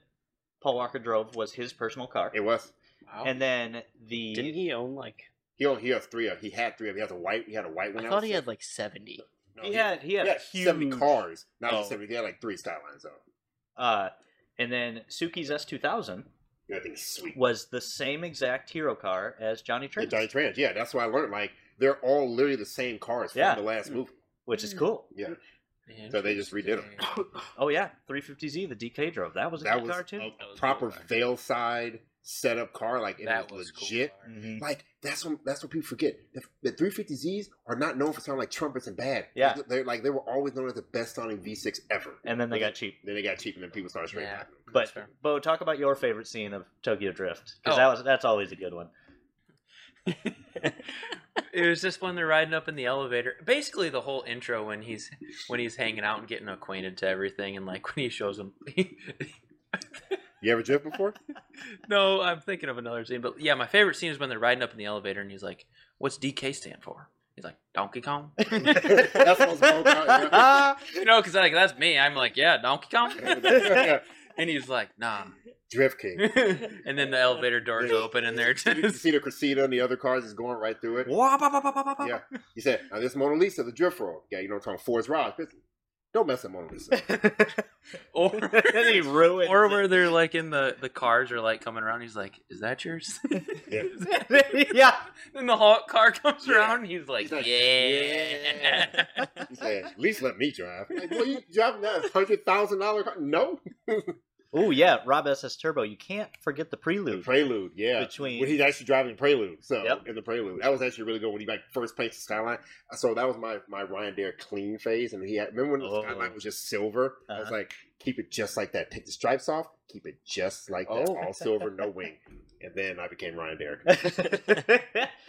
Speaker 1: Paul Walker drove was his personal car,
Speaker 2: it was
Speaker 3: Wow.
Speaker 1: and then the
Speaker 4: Didn't he own like?
Speaker 2: he. Only, he has three of. He had three of. He has a white. He had a white one.
Speaker 4: I
Speaker 2: that
Speaker 4: thought
Speaker 2: was
Speaker 4: he
Speaker 2: sick.
Speaker 4: had like seventy.
Speaker 2: No,
Speaker 1: he had he had a
Speaker 2: he
Speaker 1: huge
Speaker 2: had seventy cars. Not
Speaker 4: Oh.
Speaker 2: just seventy. He had like three Skylines though.
Speaker 1: Uh, and then Suki's S two thousand
Speaker 2: Yeah, I think it's sweet.
Speaker 1: was the same exact hero car as Johnny
Speaker 2: The
Speaker 1: Trent's,
Speaker 2: Johnny Trans, yeah, that's what I learned. Like they're all literally the same cars from
Speaker 1: Yeah.
Speaker 2: the
Speaker 3: Hmm.
Speaker 2: last movie.
Speaker 1: which is cool.
Speaker 2: Yeah, so they just redid 'em.
Speaker 1: Oh yeah, 350Z, the DK drove. That was a
Speaker 2: that
Speaker 1: good
Speaker 2: was
Speaker 1: car too.
Speaker 2: a
Speaker 3: That was a
Speaker 2: proper
Speaker 3: cool car.
Speaker 2: veil side setup car. Like it
Speaker 3: That
Speaker 2: was
Speaker 3: was cool.
Speaker 2: legit.
Speaker 1: Mhm.
Speaker 2: Like that's what that's what people forget. The, the 350Zs are not known for sounding like trumpets and bad.
Speaker 1: Yeah.
Speaker 2: they're, they're like they were always known as the best sounding V6 ever.
Speaker 1: And then they got cheap.
Speaker 2: Then they got cheap, and then people started straight
Speaker 3: Yeah.
Speaker 2: backing them.
Speaker 1: But
Speaker 3: That's fair.
Speaker 1: Bo, talk about your favorite scene of Tokyo Drift because
Speaker 3: Oh.
Speaker 1: that was that's always a good one.
Speaker 3: it was just when they're riding up in the elevator. Basically, the whole intro when he's when he's hanging out and getting acquainted to everything, and like when he shows him.
Speaker 2: You ever drift before?
Speaker 3: no, I'm thinking of another scene, but yeah, my favorite scene is when they're riding up in the elevator, and he's like, "What's DK stand for?" He's like Donkey Kong.
Speaker 2: That's what's broke out,
Speaker 3: you know, because like that's me. I'm like, yeah, Donkey Kong.
Speaker 2: yeah.
Speaker 3: and he's like, nah.
Speaker 2: Drift King.
Speaker 3: and then the elevator doors
Speaker 2: Yeah.
Speaker 3: open, and they're
Speaker 2: You
Speaker 3: just
Speaker 2: see the Cressida and the other cars is going right through it.
Speaker 1: Wah, bah, bah, bah, bah, bah, bah.
Speaker 2: Yeah. He said, now this Mona Lisa, the drift road. Yeah, you know what I'm talking about. Ford's Rod. Don't mess up Mona Lisa.
Speaker 3: or
Speaker 1: and he ruins
Speaker 3: or
Speaker 1: it.
Speaker 3: where they're like in the the cars are like coming around. He's like, "Is that yours?"
Speaker 2: Yeah.
Speaker 1: yeah.
Speaker 3: Then the Hulk car comes
Speaker 2: Yeah.
Speaker 3: around. And he's like,
Speaker 2: He's like,
Speaker 3: "Yeah."
Speaker 2: He said, at least let me drive. Like, well, you driving that $100,000 car? No.
Speaker 1: Oh yeah, Rob SS Turbo. You can't forget the
Speaker 2: The
Speaker 1: prelude.
Speaker 2: Prelude, yeah.
Speaker 1: Between-
Speaker 2: When he's actually driving Prelude. So,
Speaker 1: Yep.
Speaker 2: in the Prelude. That was actually really good when he like first paints the skyline. So, that was my, my Ryan Dare clean phase. And he had, remember when the
Speaker 1: Oh.
Speaker 2: skyline was just silver? I was
Speaker 1: Uh-huh.
Speaker 2: like, keep it just like that. Take the stripes off. Keep it just like that.
Speaker 1: Oh.
Speaker 2: All silver, no wing. And then I became Ryan Dare.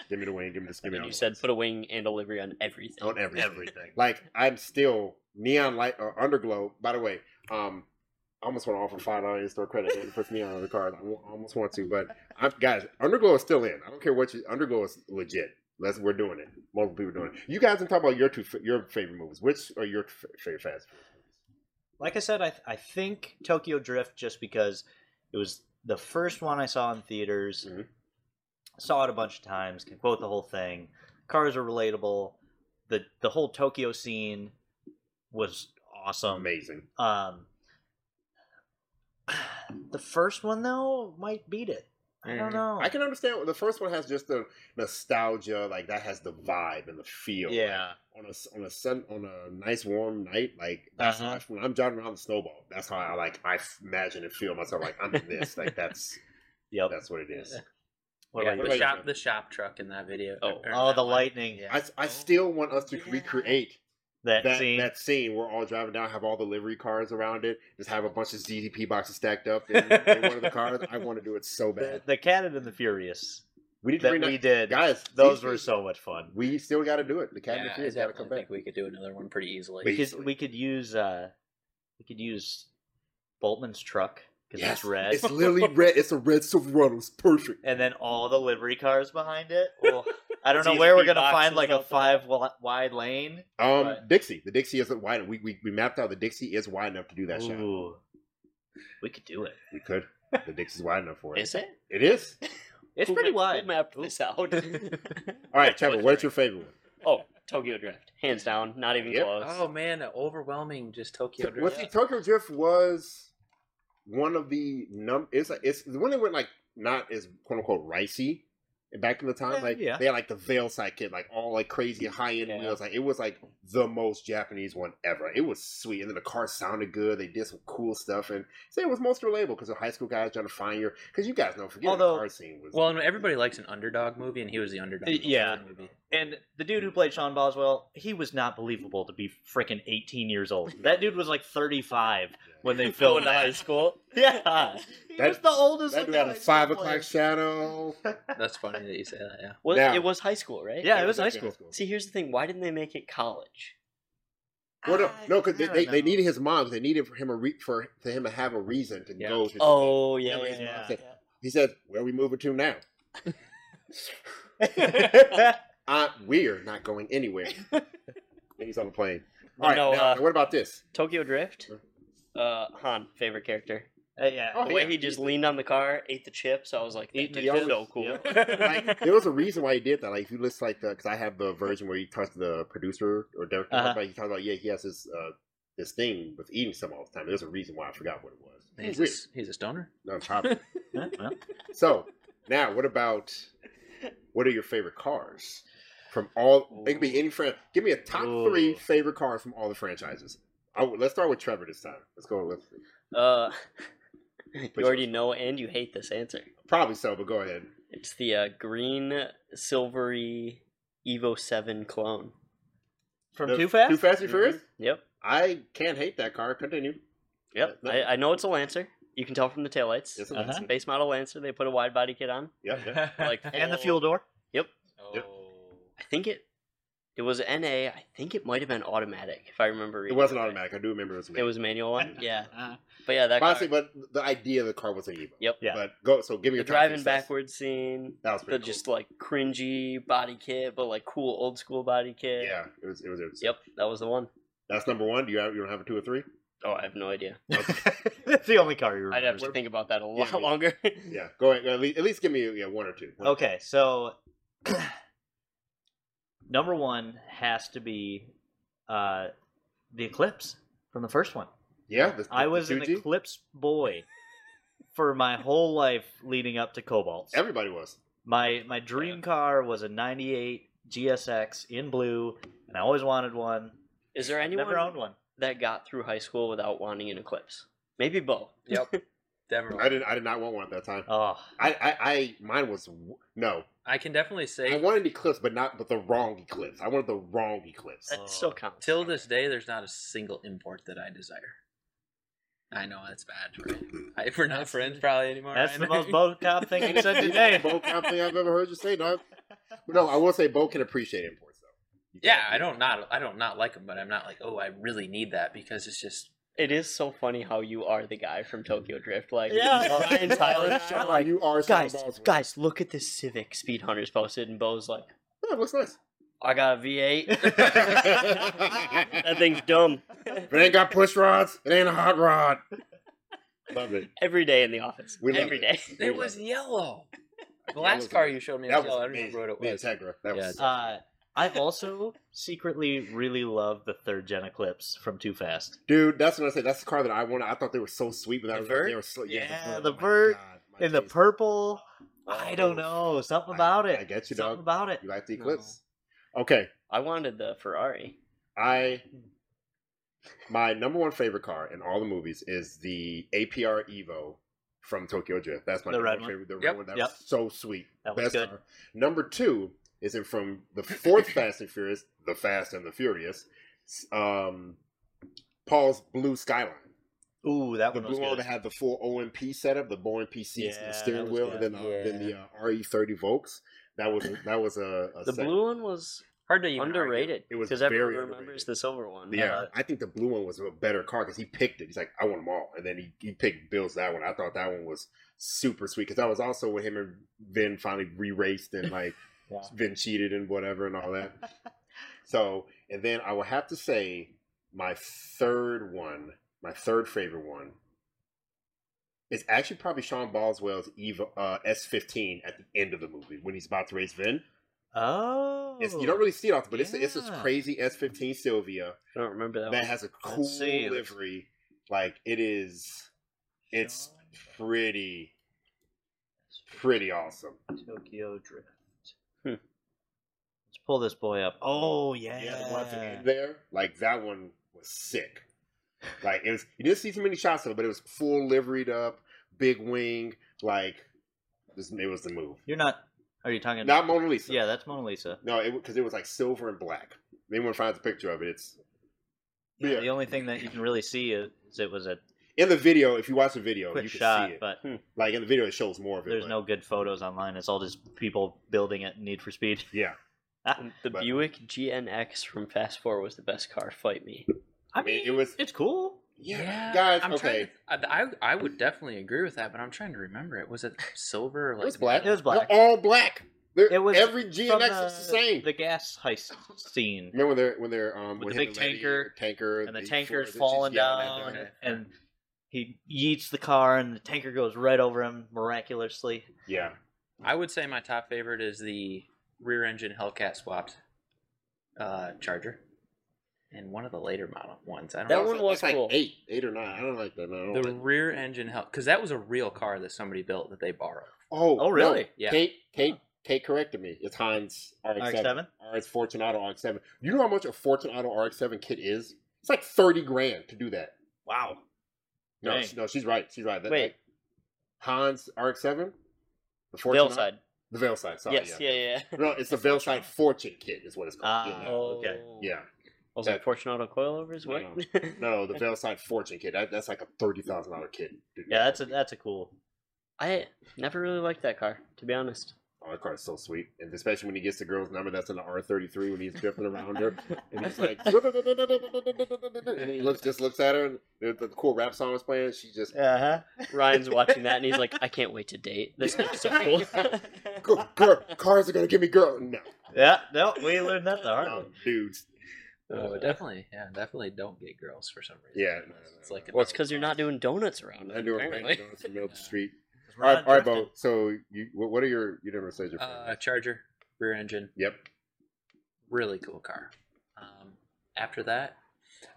Speaker 2: Give me the wing. Give me the skin.
Speaker 4: And then you said put a wing and a livery on everything.
Speaker 2: on everything.
Speaker 1: Everything.
Speaker 2: Like I'm still neon light or underglow. By the way, um, I almost want to offer five dollars in store credit and put neon on the card. I wa- almost want to, but I'm, guys, underglow is still in. I don't care what you underglow is legit. Let's we're doing it. Multiple people doing it. You guys can talk about your two fa- your favorite movies. Which are your f- favorite fast? food?
Speaker 1: like I said, I th- I think Tokyo Drift just because it was the first one I saw in theaters.
Speaker 2: Mhm.
Speaker 1: Saw it a bunch of times. Can quote the whole thing. Cars are relatable. the The whole Tokyo scene was awesome.
Speaker 2: Amazing.
Speaker 1: Um, the first one though might beat it. I don't
Speaker 3: Mhm.
Speaker 1: know.
Speaker 2: Mm-hmm. I can understand the first one has just the nostalgia, like that has the vibe and the feel.
Speaker 1: Yeah.
Speaker 2: on a on a sun on a nice warm night, like that's
Speaker 1: Uh-huh.
Speaker 2: that's when I'm driving around the snowball. That's how I like I f- imagine and feel myself like I'm in this. like that's
Speaker 1: Yep.
Speaker 2: that's what it is.
Speaker 1: What
Speaker 3: Yeah,
Speaker 1: about
Speaker 3: the
Speaker 1: you?
Speaker 2: yours?
Speaker 3: shop, the shop truck in that video.
Speaker 4: Oh.
Speaker 3: or uh, in
Speaker 1: Oh,
Speaker 3: that
Speaker 1: the
Speaker 3: one.
Speaker 1: lightning.
Speaker 3: Yeah.
Speaker 2: I, s- I still want us to
Speaker 3: Yeah.
Speaker 2: recreate
Speaker 1: That,
Speaker 2: that that
Speaker 1: scene.
Speaker 2: scene. We're all driving down, have all the livery cars around it, just have a bunch of DDP boxes stacked up in, in one of the cars. I want to do it so
Speaker 1: the,
Speaker 2: bad.
Speaker 1: the Cannon and the Furious
Speaker 2: We need to
Speaker 1: that
Speaker 2: bring
Speaker 1: we
Speaker 2: that,
Speaker 1: did.
Speaker 2: guys.
Speaker 1: Those
Speaker 2: these
Speaker 1: were
Speaker 2: things-
Speaker 1: so much fun.
Speaker 2: We still got to do it. The
Speaker 3: Yeah,
Speaker 2: Captain
Speaker 3: I
Speaker 2: Fear's got to
Speaker 3: definitely
Speaker 2: come
Speaker 3: think
Speaker 2: back.
Speaker 3: we could do another one pretty easily.
Speaker 1: We could
Speaker 2: Easily.
Speaker 1: we could use uh we could use Boltman's truck because it's red,
Speaker 2: It's literally red. It's a red Silverado. It's perfect.
Speaker 1: and then all the livery cars behind it. Well, I don't know
Speaker 4: These
Speaker 1: where we're
Speaker 4: big
Speaker 1: gonna find
Speaker 4: boxes
Speaker 1: like a
Speaker 4: out there.
Speaker 1: five wi- wide lane.
Speaker 2: Um,
Speaker 1: Right.
Speaker 2: Dixie. The Dixie isn't wide. We, we we mapped out the Dixie is wide enough to do that shot.
Speaker 1: Ooh, we could do it.
Speaker 2: We could. The Dixie's wide enough for it.
Speaker 4: Is it?
Speaker 2: It is.
Speaker 1: It's
Speaker 4: Who
Speaker 1: pretty
Speaker 4: ma-
Speaker 1: wide.
Speaker 4: Who mapped this out?
Speaker 2: All right, Trevor. What's your favorite one?
Speaker 4: oh, Tokyo Drift, hands down, not even
Speaker 2: Yep.
Speaker 4: close.
Speaker 3: Oh man, an overwhelming just Tokyo
Speaker 2: Well,
Speaker 3: Drift.
Speaker 2: see, Tokyo Drift was one of the num. It's like it's the one that went like not as quote unquote ricey. Back in the time,
Speaker 1: Eh,
Speaker 2: like
Speaker 1: yeah.
Speaker 2: they had like the Veil Sidekick, like all like crazy high end
Speaker 4: Yeah.
Speaker 2: wheels. Like it was like the most Japanese one ever. It was sweet, and then the car sounded good. They did some cool stuff, and so it was most relatable because the high school guys trying to find your. Because you guys know, forget
Speaker 1: Although-
Speaker 2: the car scene was
Speaker 3: Well, and everybody likes an underdog movie, and he was the underdog. in the
Speaker 1: Yeah.
Speaker 3: movie.
Speaker 1: And the dude who played Sean Boswell, he was not believable to be freaking 18 years old. That dude was like 35 when they filmed
Speaker 4: Going to high
Speaker 1: that. school. Yeah, he
Speaker 2: That-
Speaker 1: was the oldest.
Speaker 2: That
Speaker 1: of the
Speaker 2: dude had a
Speaker 1: high school
Speaker 2: five
Speaker 1: players. Uh,
Speaker 2: o'clock shadow.
Speaker 3: That's funny that you say that. Yeah.
Speaker 4: Was-
Speaker 2: Now-
Speaker 4: it was high school, right?
Speaker 1: Yeah, it was high school.
Speaker 4: See, here's the thing. Why didn't they make it college?
Speaker 2: Well, no, no, because
Speaker 1: I
Speaker 2: they,
Speaker 1: don't
Speaker 2: they, they
Speaker 1: know.
Speaker 2: needed his mom. They needed for him a re- for, for him to have a reason to
Speaker 3: Yeah.
Speaker 2: go. To
Speaker 4: Oh
Speaker 2: yeah,
Speaker 4: yeah,
Speaker 2: Remember his
Speaker 1: yeah,
Speaker 2: mom
Speaker 1: yeah.
Speaker 2: said, he said, "Where are we moving to now? Uh, we're not going anywhere." And He's on the plane. All right,
Speaker 4: No,
Speaker 2: now,
Speaker 4: uh,
Speaker 2: now what about this?
Speaker 4: Tokyo Drift. Uh, Han, favorite character.
Speaker 1: Uh, yeah.
Speaker 2: Oh,
Speaker 4: The way
Speaker 2: yeah.
Speaker 4: he just leaned on the car, ate the chips. I was like,
Speaker 1: Eating
Speaker 4: that
Speaker 1: the
Speaker 4: dude is
Speaker 1: chips,
Speaker 4: so cool.
Speaker 2: Like, there was a reason why he did that. Like, if you listen, like, because I have the version where he talks to the producer or director.
Speaker 1: Uh-huh.
Speaker 2: Like, he talks about, yeah, he has this uh, this thing with eating some all the time. There's a reason why I forgot what it was.
Speaker 3: He's
Speaker 2: It's
Speaker 3: a,
Speaker 2: weird.
Speaker 3: s- he's a stoner.
Speaker 2: No, I'm trying-
Speaker 1: Yeah, well,
Speaker 2: So now, what about what are your favorite cars from all? It could be any friend. Give me a top
Speaker 1: Ooh.
Speaker 2: three favorite cars from all the franchises. I would- let's start with Trevor this time. Let's go. Let's,
Speaker 4: Uh,
Speaker 2: Which
Speaker 4: you already know, and you hate this answer.
Speaker 2: probably so, but go ahead.
Speaker 4: It's the uh, green, silvery Evo Seven clone.
Speaker 1: From
Speaker 2: The-
Speaker 1: Too Fast.
Speaker 2: Uh, Too Fast and
Speaker 4: Mm-hmm.
Speaker 1: Mhm.
Speaker 2: Furious.
Speaker 4: Yep,
Speaker 2: I can't hate that car. Continue.
Speaker 4: yep.
Speaker 2: Uh, no.
Speaker 4: I, I know it's a Lancer. You can tell from the taillights.
Speaker 2: Yes,
Speaker 4: It's
Speaker 1: Uh-huh.
Speaker 4: a base model Lancer. They put a wide body kit on.
Speaker 2: Yep. yep.
Speaker 4: Like
Speaker 1: And the
Speaker 4: full-
Speaker 1: Oh. fuel door.
Speaker 4: I think it It was NA. I think it might have been automatic, if I remember.
Speaker 2: It
Speaker 4: reading
Speaker 2: wasn't
Speaker 4: right.
Speaker 2: automatic. I do remember it was.
Speaker 4: It was manual one. Yeah,
Speaker 2: Uh-huh.
Speaker 1: Uh,
Speaker 4: but yeah, that
Speaker 2: honestly,
Speaker 4: car,
Speaker 2: but the idea of the car was an evil.
Speaker 4: Yep.
Speaker 1: Yeah.
Speaker 2: But go. So give me
Speaker 4: the
Speaker 2: your top
Speaker 4: driving
Speaker 2: three, Seth.
Speaker 4: backwards scene,
Speaker 2: That was
Speaker 4: the
Speaker 2: pretty cool.
Speaker 4: just like cringy body kit, but like cool old school body kit.
Speaker 2: yeah. It was. It was. It was
Speaker 4: Yep, that was the one.
Speaker 2: That's number one. Do you have, you don't have a two or three?
Speaker 4: Oh, I have no idea.
Speaker 1: that's the only car you remember.
Speaker 4: I'd have to think about that a lot
Speaker 2: Yeah.
Speaker 4: longer.
Speaker 2: Yeah. Go ahead. At least, at least give me yeah one or two. One-
Speaker 1: Okay, so number one has to be uh, the Eclipse from the first one.
Speaker 2: Yeah. The,
Speaker 1: I
Speaker 2: the
Speaker 1: was an
Speaker 2: 2G?
Speaker 1: Eclipse boy for my whole life leading up to Cobalt.
Speaker 2: Everybody was.
Speaker 1: My my dream car was a '98 GSX in blue, and I always wanted one.
Speaker 4: Is there anyone
Speaker 1: Never owned one.
Speaker 4: that got through high school without wanting an eclipse? Maybe both.
Speaker 3: Yep. definitely.
Speaker 2: I didn't. I did not want one at that time.
Speaker 1: Oh,
Speaker 2: I, I, I mine was w- no.
Speaker 3: I can definitely
Speaker 2: I
Speaker 3: say
Speaker 2: wanted Eclipse, but not but the wrong Eclipse. I wanted the wrong Eclipse.
Speaker 4: That
Speaker 1: Oh.
Speaker 4: still counts.
Speaker 3: till this day, there's not a single import that I desire. I know that's bad. Right? I, we're not friends probably anymore.
Speaker 1: that's the
Speaker 3: Ryan.
Speaker 1: most bo cop thing you said today.
Speaker 2: Bo Cop thing I've ever heard you say, dog. No, I will say Bo can appreciate imports though. You
Speaker 3: Yeah,
Speaker 2: can't-
Speaker 3: I don't not I don't not like them, but I'm not like oh I really need that because it's just
Speaker 4: It is so funny how you are the guy from Tokyo Drift. Like,
Speaker 1: Yeah.
Speaker 4: you are- and Tyler's just like,
Speaker 2: you are
Speaker 4: guys,
Speaker 2: Snowball's one.
Speaker 4: guys, look at this Civic Speed Hunters posted, and Bo's like,
Speaker 2: No, it looks nice.
Speaker 4: I got a V8. that
Speaker 2: that
Speaker 4: thing's dumb.
Speaker 2: It ain't got push rods. It ain't a hot rod. Love it.
Speaker 4: Every day in the office.
Speaker 2: We love
Speaker 4: Every
Speaker 2: it.
Speaker 4: day.
Speaker 3: it was yellow. The
Speaker 2: That was
Speaker 3: last car
Speaker 2: amazing.
Speaker 3: you showed me
Speaker 2: That
Speaker 3: was
Speaker 2: was
Speaker 3: yellow. I don't
Speaker 2: amazing.
Speaker 3: remember what it
Speaker 2: The
Speaker 3: was.
Speaker 2: Integra. That
Speaker 3: Yeah,
Speaker 2: was.
Speaker 1: Uh, I also secretly really love the third gen Eclipse from Too Fast.
Speaker 2: Dude, that's what I said. That's the car that I wanted. I thought they were so sweet, but I
Speaker 1: The
Speaker 2: was
Speaker 1: vert?
Speaker 2: they were slow. Yeah,
Speaker 1: Yeah, the
Speaker 2: my
Speaker 1: vert
Speaker 2: God, my
Speaker 1: In the
Speaker 2: taste.
Speaker 1: purple, I don't
Speaker 2: Oh,
Speaker 1: know something
Speaker 2: I-
Speaker 1: about it.
Speaker 2: I get you,
Speaker 1: something
Speaker 2: dog.
Speaker 1: about it.
Speaker 2: You like the Eclipse? Okay,
Speaker 4: I wanted the Ferrari.
Speaker 2: I my number one favorite car in all the movies is the APR Evo from Tokyo Drift. That's my
Speaker 1: The
Speaker 2: number
Speaker 1: red
Speaker 2: one
Speaker 1: one.
Speaker 2: favorite. The
Speaker 3: Yep,
Speaker 2: red one that
Speaker 1: yep.
Speaker 2: was so sweet.
Speaker 1: That was good.
Speaker 2: car. Number two is in from the fourth Fast and Furious, the Fast and the Furious. s- Um, Paul's blue Skyline,
Speaker 1: Ooh, that
Speaker 2: the
Speaker 1: one was
Speaker 2: blue one that
Speaker 1: good.
Speaker 2: had the full OMP setup, the OMP seats,
Speaker 1: Yeah,
Speaker 2: the
Speaker 1: that
Speaker 2: steering
Speaker 1: was
Speaker 2: wheel,
Speaker 1: good.
Speaker 2: and then the, then the uh, RE30 Volks. That was that was a, a
Speaker 4: The
Speaker 2: set.
Speaker 4: blue one was
Speaker 3: Hard to even argue.
Speaker 4: underrated
Speaker 2: It was
Speaker 4: because everyone
Speaker 2: very
Speaker 4: remembers
Speaker 2: underrated.
Speaker 4: the silver one.
Speaker 2: Yeah,
Speaker 1: Uh,
Speaker 2: I think the blue one was a better car because he picked it. He's like, I want them all, and then he, he picked Bill's that one. I thought that one was super sweet because that was also when him and Vin finally re-raced and like
Speaker 1: Yeah.
Speaker 2: Vin cheated and whatever and all that. so, and then I will have to say my third one, my third favorite one, is actually probably Sean Boswell's Eva uh, S15 at the end of the movie when he's about to race Vin.
Speaker 1: Oh,
Speaker 2: It's, you don't really see it often, but it's it's this
Speaker 1: yeah.
Speaker 2: crazy S15 Sylvia
Speaker 4: I don't remember that,
Speaker 2: that
Speaker 4: one.
Speaker 2: has a cool
Speaker 1: see, let's-
Speaker 2: livery. Like it is, it's pretty, pretty awesome.
Speaker 1: Tokyo Drift.
Speaker 4: Hmm.
Speaker 1: Let's pull this boy up. Oh yeah,
Speaker 2: Yeah, the one at the end there, like that one was sick. Like it was, you didn't see too many shots of it, but it was full liveried up, big wing. Like this, it was the move.
Speaker 1: You're not. Are you talking?
Speaker 2: Not Mona Lisa.
Speaker 1: yeah, that's Mona Lisa.
Speaker 2: No, it because it was like silver and black. If anyone finds a picture of it, it's
Speaker 1: Yeah,
Speaker 2: Yeah.
Speaker 1: The only thing that you can really see is it was a
Speaker 2: in the video. If you watch the video,
Speaker 1: quick
Speaker 2: you can
Speaker 1: shot,
Speaker 2: see it. Hmm.
Speaker 1: but
Speaker 2: like in the video, it shows more of it.
Speaker 1: there's
Speaker 2: but-
Speaker 1: no good photos online. It's all just people building it. in Need for Speed.
Speaker 2: Yeah,
Speaker 4: the
Speaker 2: but-
Speaker 4: Buick GNX from Fast Four was the best car. Fight me.
Speaker 1: I
Speaker 2: I mean,
Speaker 1: mean,
Speaker 2: it was-
Speaker 1: It's cool.
Speaker 2: yeah, guys.
Speaker 3: I'm
Speaker 2: okay,
Speaker 3: trying to- I, I I would definitely agree with that, but I'm trying to remember it. Was it silver or like
Speaker 2: it was black.
Speaker 1: It was black.
Speaker 2: They're all black. They're,
Speaker 1: It was
Speaker 2: every
Speaker 1: From
Speaker 2: GNX is the same.
Speaker 1: The gas heist scene
Speaker 2: Remember when they're when they're um
Speaker 1: With
Speaker 2: when
Speaker 1: the big
Speaker 2: him and Letty
Speaker 1: tanker,
Speaker 2: are tanker
Speaker 1: and the
Speaker 2: they-
Speaker 1: tanker's
Speaker 2: she's
Speaker 1: falling
Speaker 2: yelling at
Speaker 1: down,
Speaker 2: them.
Speaker 1: and he yeets the car, and the tanker goes right over him miraculously.
Speaker 2: Yeah,
Speaker 3: I would say my top favorite is the rear engine Hellcat swapped uh, Charger, and one of the later model ones. I don't
Speaker 4: That
Speaker 3: know.
Speaker 2: That's
Speaker 4: one
Speaker 2: like-
Speaker 4: was
Speaker 2: that's like
Speaker 4: cool.
Speaker 2: eight, eight or nine. I don't like that. No, I don't
Speaker 3: the
Speaker 2: like-
Speaker 3: rear engine hell because that was a real car that somebody built that they borrowed.
Speaker 2: oh,
Speaker 1: Oh, really?
Speaker 2: No.
Speaker 3: Yeah.
Speaker 2: Kate, Kate, Kate corrected me. It's Heinz RX-7.
Speaker 1: RX-7?
Speaker 2: RX Fortunato RX-7. You know how much a Fortunato RX-7 kit is? It's like thirty grand to do that.
Speaker 1: Wow.
Speaker 2: No,
Speaker 1: Dang.
Speaker 2: she- no, she's right. She's right. That,
Speaker 4: Wait.
Speaker 2: like, Hans RX-7. The
Speaker 4: Veil
Speaker 2: Fortunato-
Speaker 4: side.
Speaker 2: The veil side. Sorry,
Speaker 4: yes. Yeah. Yeah. yeah.
Speaker 2: No, it's the Veilside Fortune Kit is what it's called.
Speaker 1: Ah,
Speaker 2: yeah.
Speaker 4: Oh.
Speaker 1: okay.
Speaker 2: Yeah.
Speaker 4: Also,
Speaker 2: That-
Speaker 4: Fortunato coilovers. What?
Speaker 2: No, the Veilside Fortune Kit. That, that's like a thirty thousand dollar kit. dude.
Speaker 1: Yeah, that's a that's a cool.
Speaker 4: I never really liked that car, to be honest.
Speaker 2: Oh, that car is so sweet, and especially when he gets the girl's number that's in the R thirty three when he's drifting around her, and he's like, and he looks just looks at her, and the, the cool rap song is playing. She just
Speaker 1: Uh huh.
Speaker 4: Ryan's watching that and he's like, I can't wait to date. This looks so cool.
Speaker 2: girl, girl, cars are gonna give me girl. No,
Speaker 1: Yeah, no, we learned that the hard
Speaker 2: no,
Speaker 1: way.
Speaker 2: dudes.
Speaker 3: Oh, definitely, yeah, definitely don't get girls for some reason.
Speaker 2: Yeah, no, no,
Speaker 3: it's
Speaker 2: no,
Speaker 3: like
Speaker 2: no.
Speaker 3: a-
Speaker 4: Well, it's because you're not doing donuts around them,
Speaker 2: I do
Speaker 4: apparently.
Speaker 2: it. It's the middle of the street.
Speaker 1: 'Cause
Speaker 2: All
Speaker 1: we're
Speaker 2: right,
Speaker 1: not
Speaker 2: all right,
Speaker 1: drifting.
Speaker 2: Bo. So, you, what what are your? You never said your.
Speaker 3: uh,
Speaker 2: favorite.
Speaker 3: Charger rear engine,
Speaker 2: yep.
Speaker 3: really cool car. Um, after that,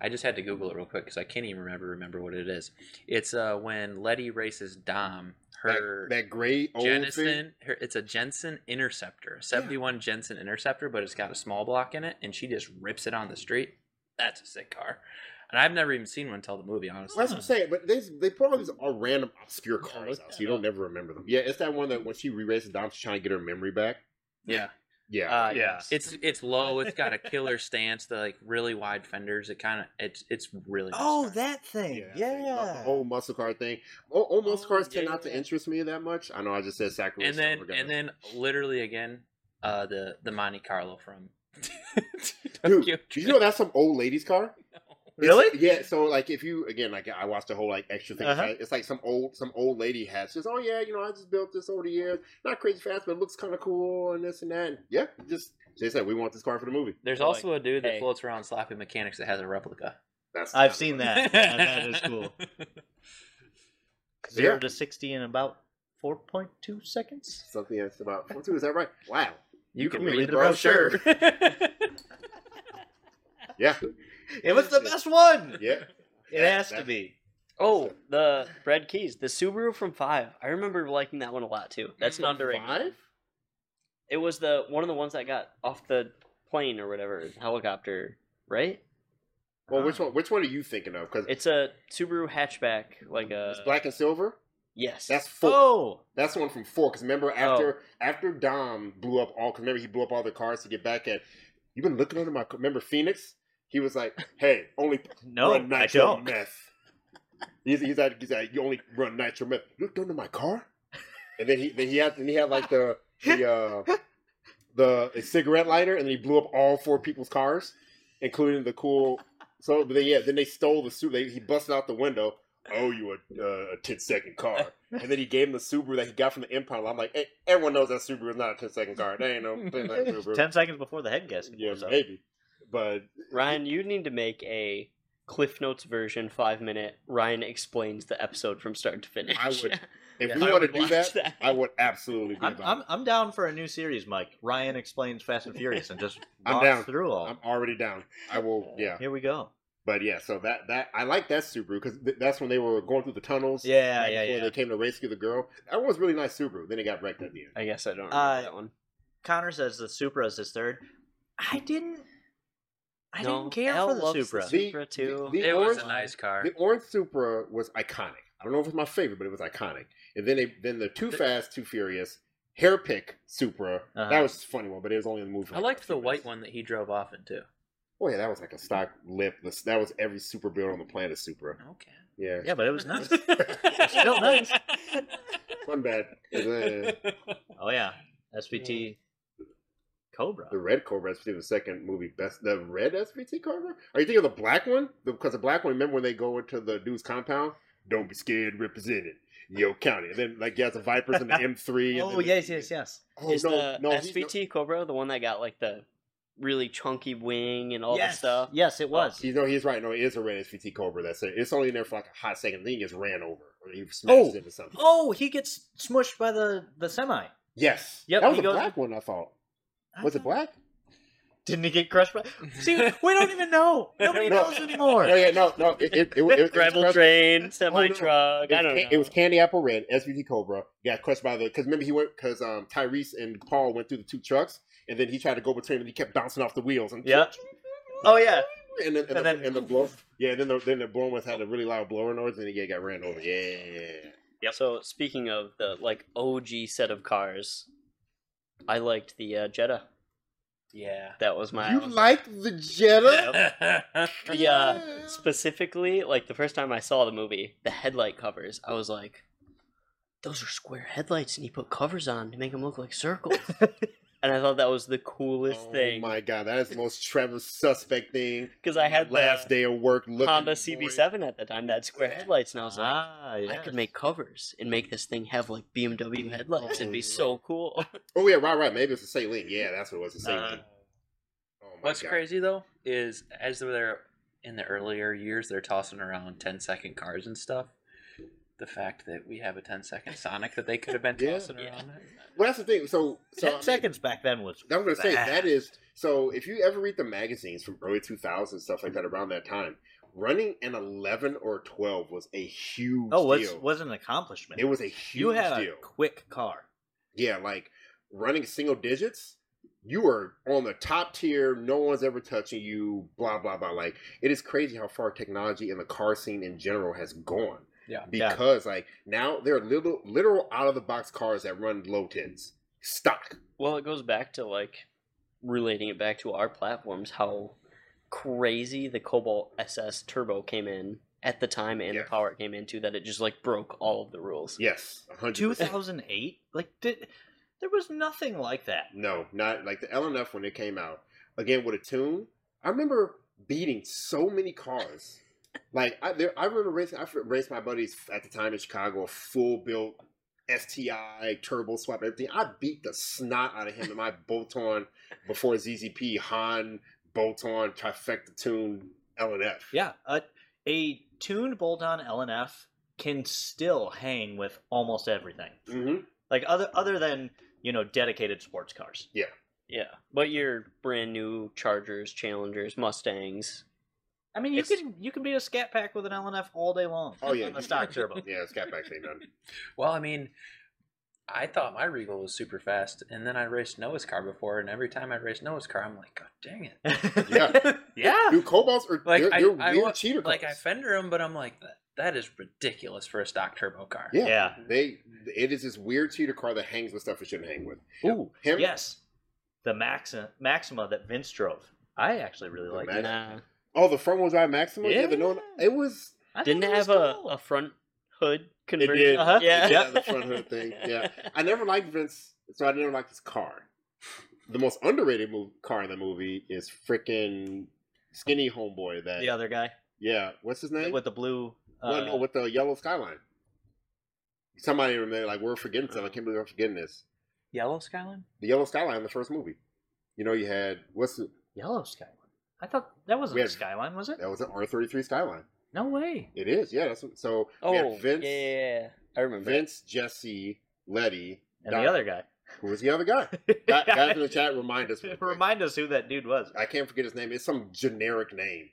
Speaker 3: I just had to Google it real quick because I can't even remember remember what it is. It's uh when Letty races Dom. Her
Speaker 2: That, that gray old thing.
Speaker 3: Jensen, her, it's a Jensen Interceptor, a 71 Jensen Interceptor, but it's got a small block in it, and she just rips it on the street. That's a sick car. And I've never even seen one until the movie, honestly.
Speaker 2: Well, that's what I'm saying. But they they put all these all random obscure cars out, so you don't never remember them. Yeah, it's that one that when she re-races Dom, she's trying to get her memory back.
Speaker 3: Yeah.
Speaker 2: Yeah,
Speaker 4: Ah,
Speaker 1: Uh, Yeah.
Speaker 4: yes.
Speaker 3: It's it's low. It's got a killer stance, the like really wide fenders. It kind of it's it's really nice
Speaker 1: Oh,
Speaker 3: car.
Speaker 1: that thing.
Speaker 2: I
Speaker 1: Yeah.
Speaker 2: think about The whole muscle car thing. Old, old muscle
Speaker 1: Oh,
Speaker 2: cars tend not to
Speaker 1: yeah.
Speaker 2: interest me that much. I know I just said
Speaker 3: and
Speaker 2: sacrilege.
Speaker 3: then
Speaker 2: so we're
Speaker 3: and
Speaker 2: gonna-
Speaker 3: then literally again, uh the the Monte Carlo from
Speaker 2: dude, do you know that's some old lady's car?
Speaker 1: Really?
Speaker 2: Yeah. So like, if you again, like I watched the whole like extra thing.
Speaker 1: Uh-huh.
Speaker 2: It's like some old some old lady has. She's oh yeah, you know I just built this over the years. Not crazy fast, but it looks kind of cool and this and that. And, yeah, just they said we want this car for the movie.
Speaker 3: There's
Speaker 4: Like,
Speaker 3: also a dude that
Speaker 4: hey.
Speaker 3: floats around sloppy mechanics that has a replica.
Speaker 2: That's
Speaker 1: I've seen that. Yeah, that is cool. Zero
Speaker 2: Yeah.
Speaker 1: to sixty in about four point two seconds.
Speaker 2: something that's about one two. Is that right? Wow.
Speaker 3: You,
Speaker 2: can read the brochure. Yeah.
Speaker 1: It was the best one.
Speaker 2: Yeah.
Speaker 1: It has to be.
Speaker 4: Oh, the Brad Keys, the Subaru from Five. I remember liking that one a lot too. That's an underrated.
Speaker 2: Five.
Speaker 4: It was the one of the ones that got off the plane or whatever helicopter, right?
Speaker 2: Well, which
Speaker 1: Oh.
Speaker 2: one? Which one are you thinking of? Because
Speaker 4: It's a Subaru hatchback, like a
Speaker 2: it's black and silver.
Speaker 4: yes.
Speaker 2: That's four.
Speaker 1: uh, Oh,
Speaker 2: That's the one from four. Because remember, after after Dom blew up all, because remember he blew up all the cars to get back at. You've been looking under my. c- Remember Phoenix? He was like, "Hey, only
Speaker 1: no,
Speaker 2: run
Speaker 1: I
Speaker 2: nitro
Speaker 1: don't.
Speaker 2: meth." He's, he's like, he's like, "You only run nitro meth." Looked under my car, and then he then he had then he had like the the uh, the a cigarette lighter, and then he blew up all four people's cars, including the cool. So but then, yeah, then they stole the suit. They, he busted out the window. Oh, you a, uh, a 10 second car. And then he gave him the Subaru that he got from the impound. lot. I'm like, hey, everyone knows that Subaru is not a 10 second car. That ain't no 10 second Subaru.
Speaker 1: Ten seconds before the head gasket.
Speaker 2: yeah,
Speaker 1: blows up.
Speaker 2: maybe. But
Speaker 4: Ryan, you need to make a Cliff Notes version, five minute. Ryan explains the episode from start to finish.
Speaker 2: I would- if
Speaker 3: Yeah,
Speaker 2: we
Speaker 4: I
Speaker 2: want to
Speaker 4: would
Speaker 2: do
Speaker 4: watch
Speaker 2: that,
Speaker 4: that.
Speaker 2: I would absolutely be
Speaker 1: I'm,
Speaker 2: about
Speaker 1: I'm
Speaker 2: it.
Speaker 1: I'm down for a new series, Mike. Ryan explains Fast and Furious and just
Speaker 2: I'm
Speaker 1: walks
Speaker 2: down.
Speaker 1: through all.
Speaker 2: I'm already down. I will, yeah.
Speaker 1: Here we go.
Speaker 2: But yeah, so that, that I like that Subaru because th- that's when they were going through the tunnels.
Speaker 1: Yeah,
Speaker 2: right
Speaker 1: yeah,
Speaker 2: before
Speaker 1: yeah.
Speaker 2: they came to rescue the girl. That was really nice Subaru. Then it got wrecked at the end.
Speaker 4: I guess I don't remember
Speaker 1: Uh,
Speaker 4: that one.
Speaker 1: Connor says the Supra is his third. I didn't. I
Speaker 4: No,
Speaker 1: didn't care
Speaker 4: Elle
Speaker 1: for the
Speaker 4: loves the
Speaker 1: Supra.
Speaker 4: Supra. Supra too.
Speaker 2: the
Speaker 3: it was
Speaker 2: orange-
Speaker 3: a nice car.
Speaker 2: The orange Supra was iconic. I don't know if it was my favorite, but it was iconic. And then they, then the Too
Speaker 3: The-
Speaker 2: Fast, Too Furious, hair pick Supra.
Speaker 1: Uh-huh.
Speaker 2: That was a funny one, but it was only in the movie. for
Speaker 3: I
Speaker 2: like
Speaker 3: liked the
Speaker 2: two
Speaker 3: white
Speaker 2: minutes.
Speaker 3: one that he drove off into.
Speaker 2: Oh yeah, that was like a stock lip. This- That was every Super build on the planet Supra.
Speaker 3: Okay.
Speaker 2: Yeah,
Speaker 1: Yeah, but it was nice.
Speaker 3: Still
Speaker 1: nice.
Speaker 2: one bad. the
Speaker 1: Oh yeah, SVT Cobra.
Speaker 2: the red Cobra is the second movie best. The red SVT Cobra? Are you thinking of the black one? Because the black one. Remember when they go into the dude's compound? Don't be scared, represent it. Yo County. And then like yeah, the Vipers and the M3. and
Speaker 1: Oh
Speaker 2: then-
Speaker 1: yes, yes, yes.
Speaker 2: Oh,
Speaker 4: Is
Speaker 2: no,
Speaker 4: the
Speaker 2: no, he's-
Speaker 4: SVT Cobra the one that got like the really chunky wing and all
Speaker 1: yes.
Speaker 4: that stuff?
Speaker 1: Yes, it was.
Speaker 2: You know, Oh, he's right. No, it is a red SVT Cobra. That's it. It's only in there for like a hot second. Then he gets ran over. Or he smashed
Speaker 1: Oh.
Speaker 2: into something.
Speaker 1: Oh, he gets smushed by the the semi.
Speaker 2: Yes.
Speaker 1: Yep,
Speaker 2: that was
Speaker 1: he
Speaker 2: a
Speaker 1: goes-
Speaker 2: black one, I thought. Was it black?
Speaker 1: Didn't he get crushed by? See, we don't even know. Nobody
Speaker 2: No.
Speaker 1: knows anymore.
Speaker 2: Oh, yeah, no, no. It, it, it, it, it,
Speaker 4: Gravel
Speaker 2: crushed-
Speaker 4: train,
Speaker 2: no.
Speaker 4: semi truck.
Speaker 2: It
Speaker 4: I
Speaker 2: was,
Speaker 4: don't
Speaker 2: ca-
Speaker 4: know.
Speaker 2: it was Candy Apple Red, SVT Cobra. Got crushed by the. Because remember, he went. Because um, Tyrese and Paul went through the two trucks, and then he tried to go between them, and he kept bouncing off the wheels. And
Speaker 1: Yeah. Oh yeah.
Speaker 2: And then, and,
Speaker 1: And
Speaker 2: the,
Speaker 1: then-
Speaker 2: and the blow. Yeah, and then the, then the blown ones had a really loud blower noise, and he yeah, got ran over. Yeah.
Speaker 4: So speaking of the like OG set of cars, I liked the uh, Jetta.
Speaker 3: Yeah.
Speaker 4: That was my
Speaker 2: You liked the Jetta?
Speaker 4: the uh, specifically like the first time I saw the movie, the headlight covers. I was like, those are square headlights, and he put covers on to make them look like circles. and I thought that was the coolest
Speaker 2: oh
Speaker 4: thing
Speaker 2: my god, that is the most Trevor suspect thing.
Speaker 4: because I had
Speaker 2: last
Speaker 4: the
Speaker 2: day of work looking
Speaker 4: Honda
Speaker 2: for it.
Speaker 4: CB7 at the time that had square headlights, and I was like,
Speaker 1: ah,
Speaker 4: I could make covers and make this thing have like BMW headlights. It'd be so cool.
Speaker 2: Oh yeah, right, right. Maybe it's the same link. Yeah, that's what it was. The same
Speaker 1: Uh,
Speaker 2: link. Oh my
Speaker 3: What's
Speaker 2: God.
Speaker 3: crazy though is as they're in the earlier years, they're tossing around 10 second cars and stuff. The fact that we have a 10 second Sonic that they could have been
Speaker 2: Yeah.
Speaker 3: tossing
Speaker 4: Yeah.
Speaker 3: around.
Speaker 2: Well, that's the thing. So, so
Speaker 1: Ten
Speaker 2: I mean,
Speaker 1: seconds back then was.
Speaker 2: I'm gonna say
Speaker 1: fast.
Speaker 2: that is so. If you ever read the magazines from early 2000s stuff like that around that time, running an 11 or 12 was a huge
Speaker 1: Oh, was
Speaker 2: deal.
Speaker 1: was an accomplishment.
Speaker 2: it was a huge
Speaker 1: you had
Speaker 2: deal.
Speaker 1: a quick car.
Speaker 2: Yeah, like running single digits, you were on the top tier. No one's ever touching you. Blah blah blah. Like it is crazy how far technology in the car scene in general has gone.
Speaker 3: Yeah.
Speaker 1: Yeah.
Speaker 2: Because like now there are little literal out of the box cars that run low tens stock.
Speaker 4: Well, it goes back to like relating it back to our platforms, how crazy the Cobalt SS Turbo came in at the time and
Speaker 2: Yeah.
Speaker 4: the power it came into that it just like broke all of the rules.
Speaker 2: Yes, a hundred.
Speaker 1: Two
Speaker 2: percent.
Speaker 1: thousand eight. Like did, there was nothing like that.
Speaker 2: No, not like the LNF when it came out. Again with a tune. I remember beating so many cars. Like I, there, I remember racing. I raced my buddies at the time in Chicago, a full built STI turbo swap everything. I beat the snot out of him in my bolt-on before ZZP Han bolt-on trifecta tune LNF.
Speaker 1: Yeah, a a tuned bolt-on LNF can still hang with almost everything.
Speaker 2: Mm-hmm.
Speaker 1: Like other other than you know dedicated sports cars.
Speaker 4: Yeah. But your brand new Chargers, Challengers, Mustangs.
Speaker 1: I mean, you
Speaker 4: It's-
Speaker 1: can you can beat a Scat Pack with an LNF all day long.
Speaker 2: Oh, yeah.
Speaker 1: on a stock turbo.
Speaker 2: Yeah, it's got back thing done.
Speaker 3: Well, I mean, I thought my Regal was super fast, and then I raced Noah's car before, and every time I raced Noah's car, I'm like, God dang it.
Speaker 2: Yeah.
Speaker 1: yeah.
Speaker 2: Dude, Cobalts are
Speaker 3: Like,
Speaker 2: they're,
Speaker 3: I,
Speaker 2: they're
Speaker 3: I,
Speaker 2: weird
Speaker 3: wa-
Speaker 2: cheater cars.
Speaker 3: like I fender him, but I'm like, that, that is ridiculous for a stock turbo car.
Speaker 2: yeah.
Speaker 1: Yeah.
Speaker 2: They it is this weird cheater car that hangs with stuff it shouldn't hang with.
Speaker 1: Ooh,
Speaker 2: Him?
Speaker 1: yes. The Maxima, Maxima that Vince drove. I actually really
Speaker 2: The
Speaker 1: like
Speaker 2: Max-
Speaker 1: that.
Speaker 4: Nah.
Speaker 2: Oh, the front wheels I maximum. Yeah, the
Speaker 1: Yeah.
Speaker 2: no, it was.
Speaker 1: I thought
Speaker 4: Didn't
Speaker 1: it
Speaker 4: it
Speaker 1: was
Speaker 4: have a,
Speaker 1: cool.
Speaker 4: a front hood
Speaker 2: did.
Speaker 4: conversion?
Speaker 1: Uh-huh.
Speaker 4: Yeah.
Speaker 2: Yeah, the front hood thing, yeah. I never liked Vince, so I never liked his car. The most underrated move, car in the movie is freaking skinny homeboy. That
Speaker 1: the other guy
Speaker 2: yeah, what's his name?
Speaker 1: with the blue.
Speaker 2: Well,
Speaker 1: Uh,
Speaker 2: no, with the yellow skyline. Somebody remember like we're forgetting something. I can't believe I'm forgetting this.
Speaker 3: Yellow Skyline?
Speaker 2: The yellow skyline in the first movie. You know, you had what's the,
Speaker 1: yellow Skyline. I thought that wasn't
Speaker 2: We had-
Speaker 1: a Skyline, was it?
Speaker 2: that was an R thirty three skyline.
Speaker 1: No way.
Speaker 2: It is, yeah. That's what- so. we had
Speaker 4: Oh,
Speaker 2: Vince,
Speaker 4: yeah, yeah, yeah. I remember. that.
Speaker 2: Vince, Jesse, Letty,
Speaker 1: And
Speaker 2: Doc.
Speaker 1: the other guy.
Speaker 2: Who was the other guy? Guy- Guys in the chat, remind us. real quick.
Speaker 1: Remind us who that dude was.
Speaker 2: I can't forget his name. It's some generic name.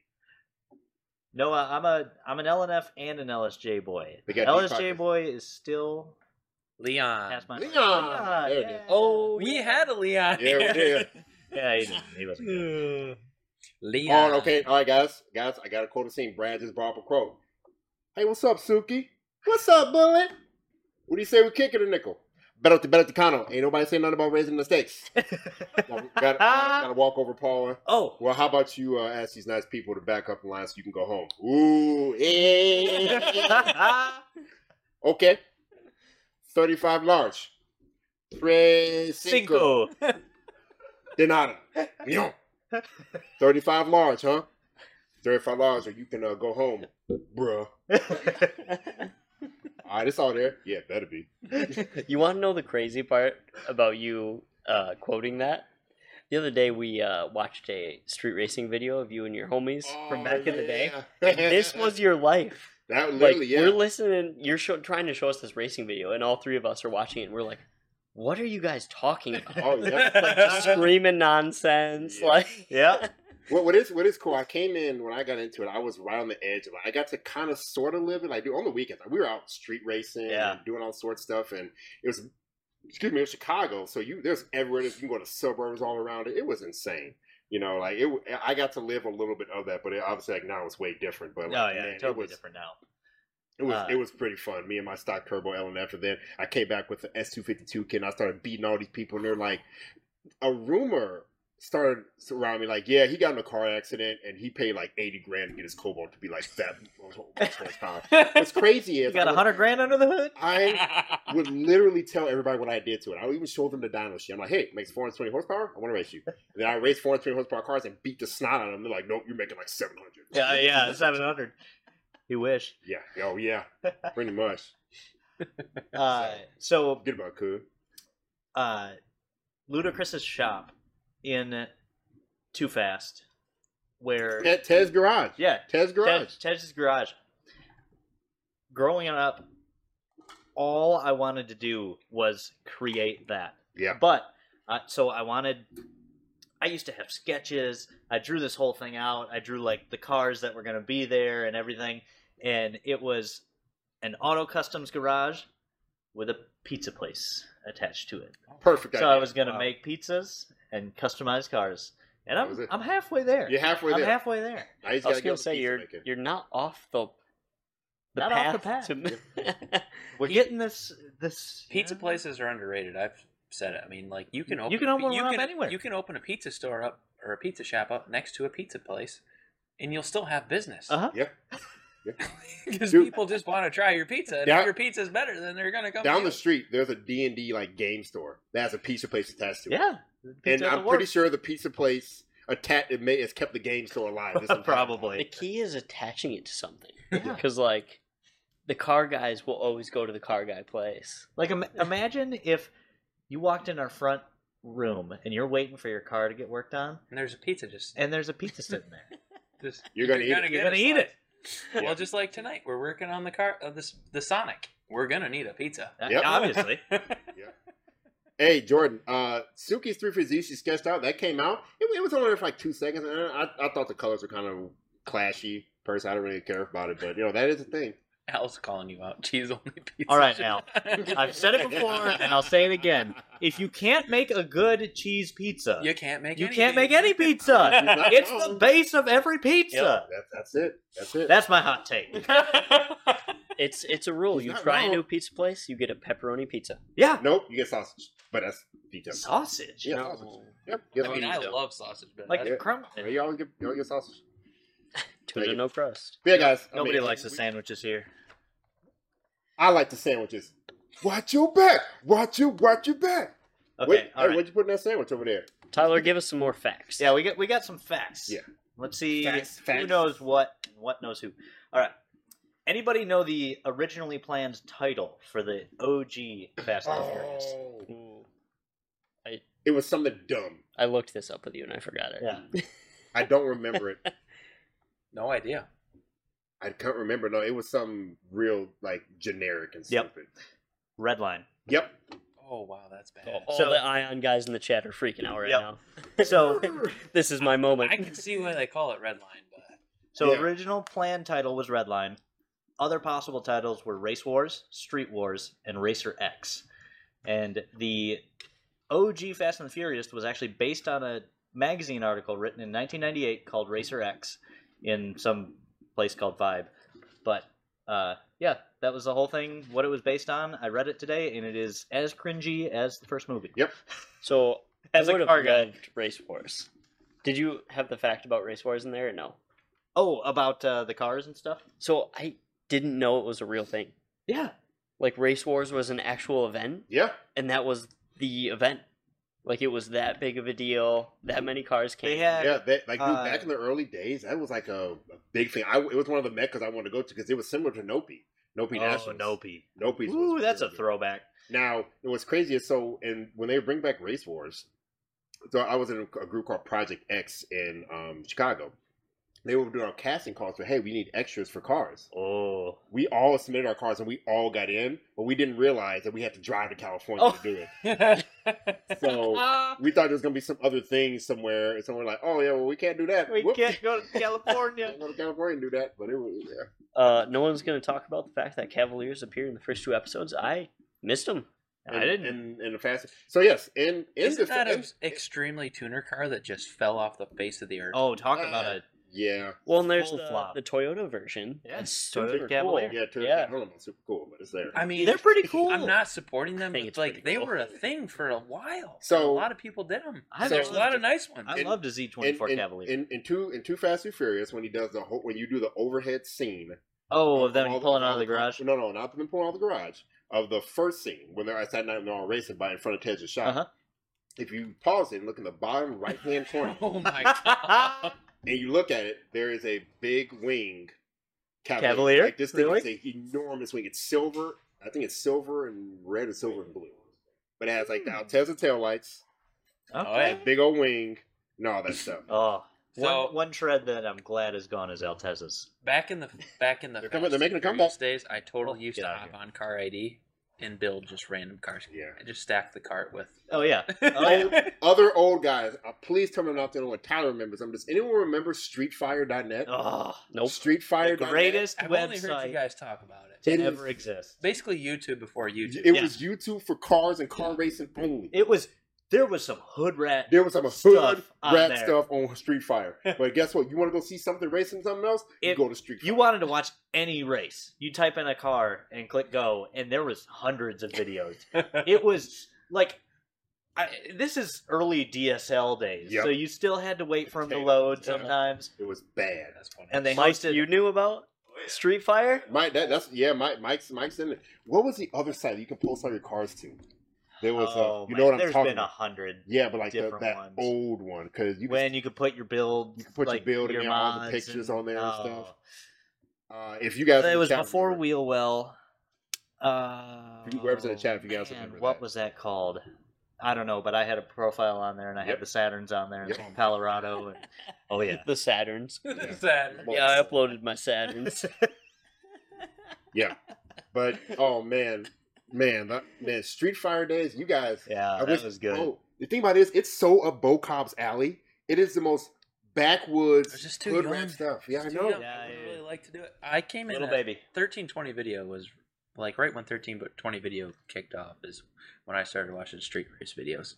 Speaker 2: uh,
Speaker 1: Noah, uh, I'm a I'm an LNF and an LSJ boy.
Speaker 2: They got
Speaker 1: LSJ
Speaker 2: deep pockets.
Speaker 1: boy is still
Speaker 3: Leon.
Speaker 1: past my
Speaker 2: Leon!
Speaker 1: Ah,
Speaker 2: There it
Speaker 1: yeah.
Speaker 2: is.
Speaker 4: Oh,
Speaker 3: We had a Leon.
Speaker 2: Yeah, we did.
Speaker 1: yeah, he didn't. He wasn't. Good.
Speaker 3: Leon.
Speaker 2: Oh, okay. All right, guys. Guys, I got a quote of scene. Brad just brought up a quote. Hey, what's up, Suki? What's up, Bullet? What do you say we kick it a nickel? Bet up the bet up the Connell. Ain't nobody saying nothing about raising the stakes. Gotta, gotta, gotta walk over Paula.
Speaker 1: Oh,
Speaker 2: Well, how about you uh, ask these nice people to back up in line so you can go home? Ooh, eh. okay. 35 large. Tres cinco.
Speaker 1: Cinco.
Speaker 2: De nada. Meow. 35 large, huh? 35 large, or you can uh, go home, bruh. All right, it's all there. Yeah, better be.
Speaker 4: you want to know the crazy part about you uh, quoting that? The other day we uh, watched a street racing video of you and your homies from back in the day.
Speaker 2: Oh, yeah.
Speaker 4: This was your life.
Speaker 2: that
Speaker 4: Like
Speaker 2: literally, yeah.
Speaker 4: we're listening, you're show, trying to show us this racing video, and all three of us are watching it. and We're like, "What are you guys talking about?
Speaker 2: oh yeah.
Speaker 4: Screaming nonsense!"
Speaker 2: Yeah.
Speaker 4: Like,
Speaker 1: yeah.
Speaker 2: What, what is what is cool? I came in when I got into it. I was right on the edge of it. I got to kind of sort of live it. Like, dude, on the weekends, we were out street racing
Speaker 1: Yeah.
Speaker 2: and doing all sorts of stuff. And it was, excuse me, it was Chicago. So you there's everywhere. You can go to suburbs all around it. It was insane. You know, like it. I got to live a little bit of that, but it, obviously, like now it's way different. But
Speaker 1: Oh
Speaker 2: like,
Speaker 1: yeah,
Speaker 2: man, it
Speaker 1: totally
Speaker 2: was
Speaker 1: different now.
Speaker 2: it was
Speaker 1: Uh,
Speaker 2: it was pretty fun. Me and my stock turbo Ellen. After then, I came back with the S two fifty two kit. and I started beating all these people, and they're like, a rumor started surrounding me like, yeah, he got in a car accident and he paid like eighty grand to get his cobalt to be like that much horsepower. What's crazy
Speaker 1: You
Speaker 2: is
Speaker 1: got
Speaker 2: I
Speaker 1: a
Speaker 2: would-
Speaker 1: hundred grand under the hood?
Speaker 2: I would literally tell everybody what I did to it. I would even show them the dyno shit. I'm like, hey, it makes 420 horsepower. I want to race you. And then I race 420 horsepower cars and beat the snot out of them. They're like, nope, you're making like 700.
Speaker 1: Yeah, yeah, seven hundred. You wish.
Speaker 2: Yeah. Oh, yeah. Pretty much.
Speaker 1: Uh, so
Speaker 2: Good about cool.
Speaker 1: uh, Ludacris's shop in Too Fast, where
Speaker 2: At Ted's Garage.
Speaker 1: yeah,
Speaker 2: Ted's Garage.
Speaker 1: Ted, Ted's garage. Growing up, all I wanted to do was create that.
Speaker 2: Yeah.
Speaker 1: But uh, so I wanted. I used to have sketches. I drew this whole thing out. I drew like the cars that were going to be there and everything. And it was an auto customs garage with a pizza place attached to it.
Speaker 2: Perfect.
Speaker 1: So
Speaker 2: idea.
Speaker 1: I was going to
Speaker 3: Wow.
Speaker 1: make pizzas and customize cars. And
Speaker 2: That
Speaker 1: I'm
Speaker 2: was it.
Speaker 1: I'm halfway there.
Speaker 2: You're halfway
Speaker 1: I'm
Speaker 2: there.
Speaker 1: halfway there.
Speaker 2: I just
Speaker 4: I was
Speaker 2: gotta get
Speaker 4: gonna
Speaker 2: up to
Speaker 4: say
Speaker 2: pizza
Speaker 4: you're
Speaker 2: making.
Speaker 4: you're not off the the
Speaker 1: Not off the
Speaker 4: path. to-
Speaker 1: We're
Speaker 3: He-
Speaker 1: getting this this
Speaker 3: Pizza
Speaker 1: yeah.
Speaker 3: places are underrated. I've said it. I mean, like you can
Speaker 1: You
Speaker 3: open
Speaker 1: can open one up
Speaker 3: can,
Speaker 1: anywhere.
Speaker 3: You can open a pizza store up or a pizza shop up next to a pizza place, and you'll still have business.
Speaker 1: Uh-huh.
Speaker 2: Yeah.
Speaker 3: Because
Speaker 2: Dude.
Speaker 3: people just want to try your pizza, and
Speaker 2: Down-
Speaker 3: if your pizza's better, then they're gonna come
Speaker 2: Down
Speaker 3: to
Speaker 2: the street, there's a D&D like game store that has a pizza place attached to it.
Speaker 1: Yeah.
Speaker 2: and I'm pretty sure the pizza place atta- it may has kept the game store alive. this entire time.
Speaker 4: the
Speaker 1: probably.
Speaker 4: key is attaching it to something
Speaker 1: Yeah.
Speaker 4: because like the car guys will always go to the car guy place.
Speaker 1: Like Im- imagine if you walked in our front room and you're waiting for your car to get worked on
Speaker 3: And there's a pizza just
Speaker 1: and there's a pizza sitting there.
Speaker 3: just
Speaker 2: You're gonna eat it.
Speaker 3: get
Speaker 1: You're going
Speaker 3: a
Speaker 1: to eat
Speaker 3: slice.
Speaker 1: it.
Speaker 2: Yeah.
Speaker 3: Well, just like tonight, we're working on the car of this the Sonic. We're gonna need a pizza.
Speaker 1: Uh,
Speaker 2: Yep.
Speaker 1: Obviously.
Speaker 2: Hey Jordan, uh, Suki's three for Z she sketched out that came out. It, it was only there for like two seconds, and I, I thought the colors were kind of clashy. Personally, I don't really care about it, but you know that is a thing.
Speaker 3: Al's calling you out. Cheese only pizza.
Speaker 1: All right, Al.
Speaker 3: shop.
Speaker 1: I've said it before and I'll say it again. If you can't make a good cheese pizza,
Speaker 3: you can't make
Speaker 1: you
Speaker 3: any
Speaker 1: can't make any pizza.
Speaker 2: Not
Speaker 1: it's
Speaker 2: wrong.
Speaker 1: the base of every pizza.
Speaker 2: That, that's it. That's it.
Speaker 1: That's my hot take.
Speaker 4: It's it's a rule.
Speaker 2: He's
Speaker 4: You
Speaker 2: not
Speaker 4: try
Speaker 2: wrong.
Speaker 4: a new pizza place, you get a pepperoni pizza.
Speaker 1: Yeah.
Speaker 2: nope. You get sausage, but that's pizza.
Speaker 1: Sausage.
Speaker 2: Yeah, sausage.
Speaker 3: Oh.
Speaker 2: Yep. you
Speaker 3: I
Speaker 2: get
Speaker 3: mean, I
Speaker 2: sausage.
Speaker 3: love sausage, but
Speaker 1: Like
Speaker 3: that's-
Speaker 1: crumb.
Speaker 2: Yeah, you all get you all get sausage.
Speaker 4: Tuna
Speaker 2: Thank you.
Speaker 4: no crust.
Speaker 2: But yeah, guys. I
Speaker 1: Nobody
Speaker 2: mean,
Speaker 1: likes the
Speaker 2: we-
Speaker 1: sandwiches here.
Speaker 2: I like the sandwiches. Watch your back. Watch your watch your back.
Speaker 1: Okay.
Speaker 2: Wait,
Speaker 1: all
Speaker 2: hey,
Speaker 1: right.
Speaker 2: what'd you put in that sandwich over there?
Speaker 4: Tyler, give us some more facts.
Speaker 1: Yeah, we got we got some facts.
Speaker 2: Yeah.
Speaker 1: Let's see
Speaker 2: Facts,
Speaker 1: who
Speaker 2: facts.
Speaker 1: knows what what knows who. All right. Anybody know the originally planned title for the OG Fast and Furious?
Speaker 4: Ooh.
Speaker 2: It was something dumb.
Speaker 4: I looked this up with you and I forgot it.
Speaker 1: Yeah.
Speaker 2: I don't remember it.
Speaker 3: no idea.
Speaker 2: I can't remember. No, it was some real like generic and
Speaker 1: Yep.
Speaker 2: stupid.
Speaker 1: Redline.
Speaker 2: Yep.
Speaker 3: Oh wow, that's bad.
Speaker 4: All- All
Speaker 1: So-
Speaker 4: the Ion guys in the chat are freaking out right
Speaker 1: Yep.
Speaker 4: now.
Speaker 1: So
Speaker 4: This is my
Speaker 3: I
Speaker 4: moment.
Speaker 3: can see why they call it red line, but
Speaker 1: so
Speaker 2: Yeah.
Speaker 1: original planned title was Redline. Other possible titles were Race Wars, Street Wars, and Racer X. And the OG Fast and Furious was actually based on a magazine article written in 1998 called Racer X in some place called Vibe. But uh, yeah, that was the whole thing, what it was based on. I read it today, and it is as cringy as the first movie.
Speaker 2: Yep.
Speaker 4: So
Speaker 1: As
Speaker 4: I
Speaker 1: a
Speaker 4: would
Speaker 1: car
Speaker 4: have
Speaker 1: guy.
Speaker 4: loved Race Wars. Did you have the fact about Race Wars in there or no?
Speaker 1: Oh, about uh, the cars and stuff?
Speaker 4: So I didn't know it was a real thing.
Speaker 1: Yeah.
Speaker 4: Like Race Wars was an actual event,
Speaker 2: Yeah.
Speaker 4: and that was the event. Like it was that big of a deal. That many cars came.
Speaker 1: They had.
Speaker 2: Yeah. That, like dude,
Speaker 1: Uh,
Speaker 2: back in the early days, that was like a, a big thing. I, it was one of the meccas I wanted to go to because it was similar to Nopi. Nopi
Speaker 1: Oh,
Speaker 2: Nationals.
Speaker 1: Nope.
Speaker 2: Nopi's was
Speaker 1: Ooh, that's a
Speaker 2: really good.
Speaker 1: throwback.
Speaker 2: Now, what's crazy is so, and when they bring back Race Wars, so I was in a group called Project X in um, Chicago. They were doing our casting calls for, hey, we need extras for cars.
Speaker 1: Oh.
Speaker 2: We all submitted our cars and we all got in, but we didn't realize that we had to drive to California
Speaker 1: Oh.
Speaker 2: to do it.
Speaker 3: yeah,
Speaker 2: So we thought there was going to be some other thing somewhere, and someone like, oh, yeah, well, we can't do that.
Speaker 1: We
Speaker 2: Whoop.
Speaker 1: can't go to California.
Speaker 2: Can't go to California and do that, but it was, yeah.
Speaker 4: Uh, no one's going to talk about the fact that Cavaliers appear in the first two episodes. I missed them.
Speaker 1: I
Speaker 2: And-
Speaker 1: didn't.
Speaker 2: And, and the fast. So, yes, in, in
Speaker 3: isn't
Speaker 2: the.
Speaker 3: that an
Speaker 2: in-
Speaker 3: extremely tuner car that just fell off the face of the earth?
Speaker 1: Oh, talk about
Speaker 2: Uh,
Speaker 1: a
Speaker 2: Yeah.
Speaker 4: Well, and there's
Speaker 1: Full
Speaker 4: the,
Speaker 1: flop.
Speaker 4: the Toyota version.
Speaker 1: Yeah,
Speaker 3: It's
Speaker 1: Toyota
Speaker 4: super
Speaker 1: Cavalier.
Speaker 2: Yeah, Toyota
Speaker 4: Yeah.
Speaker 2: Corolla super cool, but it's there.
Speaker 3: I mean,
Speaker 1: They're pretty cool.
Speaker 3: I'm not supporting
Speaker 4: I
Speaker 3: them,
Speaker 4: think
Speaker 3: but
Speaker 4: it's
Speaker 3: like
Speaker 4: pretty
Speaker 3: they
Speaker 4: cool.
Speaker 3: were a thing for a while.
Speaker 2: So-
Speaker 3: a lot of people did them.
Speaker 1: I
Speaker 3: There's a
Speaker 1: loved
Speaker 3: lot
Speaker 1: it.
Speaker 3: of nice ones.
Speaker 1: I
Speaker 2: And-
Speaker 1: loved his Z24
Speaker 2: in,
Speaker 1: Cavalier.
Speaker 2: In, in two in two Fast and Furious when he does the whole when you do the overhead scene.
Speaker 1: oh, of them
Speaker 2: all
Speaker 1: pulling out of the garage.
Speaker 2: No, no, not them pulling out of the garage. Of the first scene when they're outside and they're all racing by in front of Ted's shop.
Speaker 1: Uh-huh.
Speaker 2: If you pause it and look in the bottom right hand corner
Speaker 3: Oh my god!
Speaker 2: and you look at it, there is a big wing cavalier.
Speaker 1: Cavalier?
Speaker 2: Like this thing
Speaker 1: Really?
Speaker 2: is an enormous wing. It's silver. I think it's silver and red and silver and blue. But it has like
Speaker 1: Hmm.
Speaker 2: the Altezza taillights,
Speaker 3: Okay.
Speaker 2: that big old wing, and all that stuff.
Speaker 1: Oh,
Speaker 3: So-
Speaker 1: one, one shred that I'm glad is gone is Altezza's.
Speaker 3: Back in the back in the
Speaker 2: They're coming- they're
Speaker 3: Fast
Speaker 2: making a
Speaker 3: and Furious days, I totally used
Speaker 1: Get
Speaker 3: to
Speaker 1: out of
Speaker 3: hop on Car ID and build just random cars.
Speaker 2: Yeah.
Speaker 3: I just stacked the cart with.
Speaker 1: Oh yeah. Oh, yeah.
Speaker 2: Other old guys, uh, please tell me I'm not the only one. Tyler remembers. I'm just anyone remember StreetFire.net?
Speaker 1: Oh,
Speaker 4: Nope.
Speaker 2: StreetFire.net.
Speaker 1: greatest
Speaker 3: I've only heard you
Speaker 1: website
Speaker 3: guys talk about it.
Speaker 1: to
Speaker 2: It is-
Speaker 1: ever exist.
Speaker 3: Basically, YouTube before YouTube.
Speaker 2: It
Speaker 1: Yeah.
Speaker 2: was YouTube for cars and car racing only.
Speaker 1: It was there was some hood rat.
Speaker 2: there was some
Speaker 1: Stuff
Speaker 2: hood
Speaker 1: on
Speaker 2: rap
Speaker 1: there.
Speaker 2: stuff on Street Fire. but guess what? You want to go see something racing something else? you
Speaker 1: If
Speaker 2: go to Street Fire.
Speaker 1: You wanted to watch any race. You type in a car and click go, and there was hundreds of videos. it was like I, this is early DSL days,
Speaker 2: Yep.
Speaker 1: so you still had to wait for them to
Speaker 2: Yeah.
Speaker 1: load
Speaker 2: Yeah.
Speaker 1: sometimes.
Speaker 2: It was bad.
Speaker 3: That's funny.
Speaker 1: And they
Speaker 4: Mike,
Speaker 1: hosted. Oh,
Speaker 4: you knew about Street Fire?
Speaker 2: Mike, that, that's yeah. Mike, Mike's Mike's in it. What was the other site you could post all your cars to? There was,
Speaker 1: oh,
Speaker 2: uh, you
Speaker 1: man,
Speaker 2: know what I'm
Speaker 1: there's
Speaker 2: talking
Speaker 1: been a
Speaker 2: about.
Speaker 1: hundred.
Speaker 2: Yeah, but like the,
Speaker 1: different
Speaker 2: that
Speaker 1: ones.
Speaker 2: old one because you could
Speaker 1: when you could put your build,
Speaker 2: You could put your
Speaker 1: like,
Speaker 2: build in there, all the
Speaker 1: mods
Speaker 2: pictures
Speaker 1: and-
Speaker 2: on there and
Speaker 1: oh.
Speaker 2: stuff. Uh, if you guys, in
Speaker 1: it
Speaker 2: the
Speaker 1: was
Speaker 2: chat
Speaker 1: before
Speaker 2: remember-
Speaker 1: Wheel Well. Uh,
Speaker 2: If you where's in the chat if you guys
Speaker 1: man,
Speaker 2: remember
Speaker 1: What
Speaker 2: that.
Speaker 1: was that called? I don't know, but I had a profile on there, and I
Speaker 2: Yep.
Speaker 1: had the Saturns on there, and
Speaker 2: Yep.
Speaker 1: some Colorado, and oh yeah,
Speaker 4: The Saturns.
Speaker 2: Yeah.
Speaker 3: Sad.
Speaker 4: Yeah, I uploaded my Saturns.
Speaker 2: yeah, but oh man, man, that, man, Street Fire days, you guys.
Speaker 1: yeah,
Speaker 2: I
Speaker 1: that
Speaker 2: wish-
Speaker 1: was good.
Speaker 2: Oh, the thing about it is, it's so up Bo Cobb's alley. It is the most backwoods,
Speaker 3: It's just too
Speaker 2: hood
Speaker 3: young.
Speaker 2: rat stuff. Yeah, I
Speaker 3: Too
Speaker 2: know.
Speaker 3: young.
Speaker 1: Yeah,
Speaker 3: I would
Speaker 1: yeah,
Speaker 3: really
Speaker 1: yeah.
Speaker 3: like to do it. I came in
Speaker 1: Little
Speaker 3: at-
Speaker 1: baby,
Speaker 3: thirteen twenty video was like right when thirteen but twenty video kicked off is when I started watching street race videos.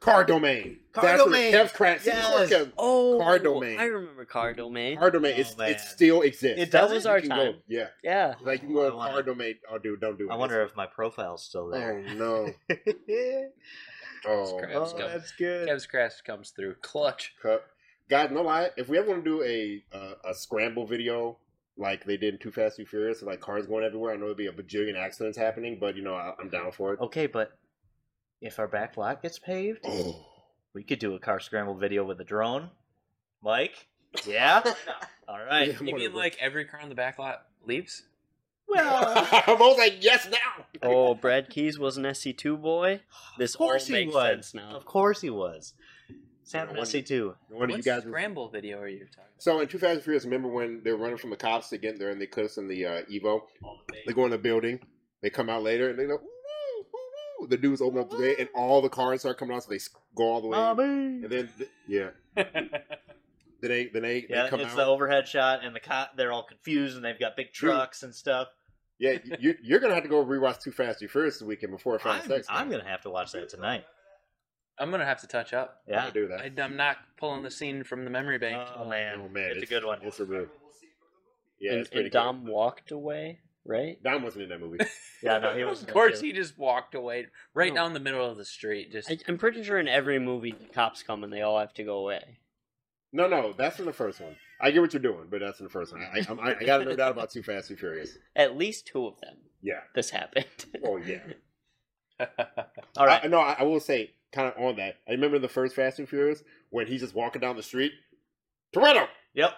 Speaker 2: Car domain.
Speaker 1: Car
Speaker 2: That's what
Speaker 1: Domain.
Speaker 2: Kev's crack.
Speaker 1: Yes.
Speaker 4: Oh,
Speaker 2: Car Domain.
Speaker 4: I remember Car Domain.
Speaker 2: Car domain. It's,
Speaker 1: Oh, man.
Speaker 2: it still exists.
Speaker 1: It
Speaker 4: that
Speaker 1: does
Speaker 4: was
Speaker 1: it?
Speaker 4: our
Speaker 2: You can go-
Speaker 4: time.
Speaker 2: yeah,
Speaker 4: Yeah.
Speaker 2: like you can go
Speaker 1: I
Speaker 2: to
Speaker 1: want
Speaker 2: car
Speaker 1: it.
Speaker 2: domain. Oh, dude, don't do it.
Speaker 1: I wonder if my profile's still
Speaker 2: Oh
Speaker 1: there.
Speaker 2: no. Oh,
Speaker 3: crap. Let's go.
Speaker 1: good.
Speaker 3: Kev's Crash comes through clutch.
Speaker 2: Cup. Guys, no lie. If we ever want to do a uh, a scramble video like they did in Too Fast, Too Furious, like cars going everywhere, I know there'd be a bajillion accidents happening, but you know I, I'm down for it.
Speaker 1: Okay, but if our back lot gets paved,
Speaker 2: Oh.
Speaker 1: we could do a car scramble video with a drone, Mike. Yeah. All right.
Speaker 2: Yeah.
Speaker 3: You mean
Speaker 2: Whatever.
Speaker 3: like every car on the back lot leaves?
Speaker 1: Well,
Speaker 2: I'm almost like yes now.
Speaker 4: Oh, Brad Keys was an SC2 boy. This
Speaker 1: of
Speaker 4: all
Speaker 1: course
Speaker 4: makes
Speaker 1: he was.
Speaker 4: sense now.
Speaker 1: Of course he was.
Speaker 2: No
Speaker 1: Sam
Speaker 2: wonder.
Speaker 1: Messi too.
Speaker 2: No wonder
Speaker 3: what
Speaker 2: you guys.
Speaker 3: scramble video are you talking
Speaker 2: So in Too Fast and Furious, remember when they're running from the cops again? They're in the cliffs in the uh, Evo.
Speaker 1: Oh,
Speaker 2: They go in the building. They come out later and they go. "Woo-woo, woo-woo." The dudes open up the gate and all the cars start coming out, so they s- go all the
Speaker 4: Oh,
Speaker 2: way. in.
Speaker 1: Mommy.
Speaker 2: And then, yeah,
Speaker 3: about?
Speaker 2: then they then they,
Speaker 1: Yeah,
Speaker 2: they come
Speaker 1: it's
Speaker 2: out.
Speaker 1: the overhead shot, and the co- they're all confused, and they've got big trucks and stuff.
Speaker 2: Yeah, you're, you're gonna have to go rewatch Too Fast Too Furious this weekend before Final
Speaker 1: I'm,
Speaker 2: Sex.
Speaker 1: I'm gonna have to watch that tonight.
Speaker 3: I'm gonna have to touch up.
Speaker 1: Yeah.
Speaker 2: do that.
Speaker 3: I, am not pulling the scene from the memory bank.
Speaker 1: Oh man,
Speaker 2: oh man,
Speaker 1: it's, a good one.
Speaker 2: It's a good. Yeah,
Speaker 4: and
Speaker 2: it's pretty
Speaker 4: and Dom walked away, right?
Speaker 2: good. Dom wasn't in that movie.
Speaker 1: Yeah, no, he was.
Speaker 3: of course, he just walked away right down the middle of the street. Just
Speaker 4: I, I'm pretty sure in every movie the cops come and they all have to go away.
Speaker 2: no, no, that's in the first one. I get what you're doing, but that's in the first one. I, I, I got no doubt about Too Fast Too Furious.
Speaker 4: At least two of them.
Speaker 2: Yeah.
Speaker 4: This happened.
Speaker 2: Oh yeah.
Speaker 1: All right.
Speaker 2: I, no, I, I will say kind of on that. I remember the first Fast and Furious when he's just walking down the street. Toretto,
Speaker 1: Yep.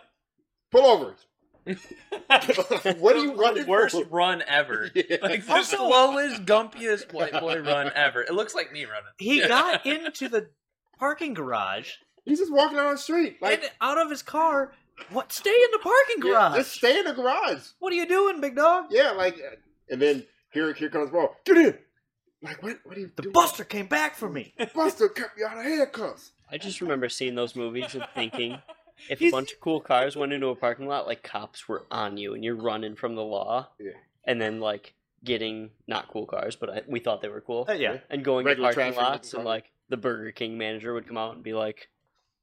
Speaker 2: pull over. what are you
Speaker 3: The
Speaker 2: running
Speaker 3: Worst
Speaker 2: for?
Speaker 3: run ever.
Speaker 2: Yeah.
Speaker 3: Like the
Speaker 1: Also-
Speaker 3: slowest, gumpiest white boy run ever. It looks like me running.
Speaker 1: He got into the parking garage
Speaker 2: He's just walking down the street. Like
Speaker 1: and out of his car. What? Stay in the parking
Speaker 2: yeah,
Speaker 1: garage.
Speaker 2: just stay in the garage.
Speaker 1: What are you doing, big dog?
Speaker 2: Yeah, like, uh, and then here, here comes Bro. Get in. Like, what? What are you
Speaker 1: The
Speaker 2: doing?
Speaker 1: Buster came back for me.
Speaker 2: Buster cut me out of handcuffs.
Speaker 4: I just remember seeing those movies and thinking if a
Speaker 1: He's-
Speaker 4: bunch of cool cars went into a parking lot, like cops were on you and you're running from the law.
Speaker 2: Yeah.
Speaker 4: And then, like, getting not cool cars, but I, we thought they were cool.
Speaker 1: Uh, yeah.
Speaker 4: and going to
Speaker 2: Regular
Speaker 4: parking
Speaker 2: traffic,
Speaker 4: lots,
Speaker 2: nothing
Speaker 4: and
Speaker 2: wrong.
Speaker 4: like the Burger King manager would come out and be like,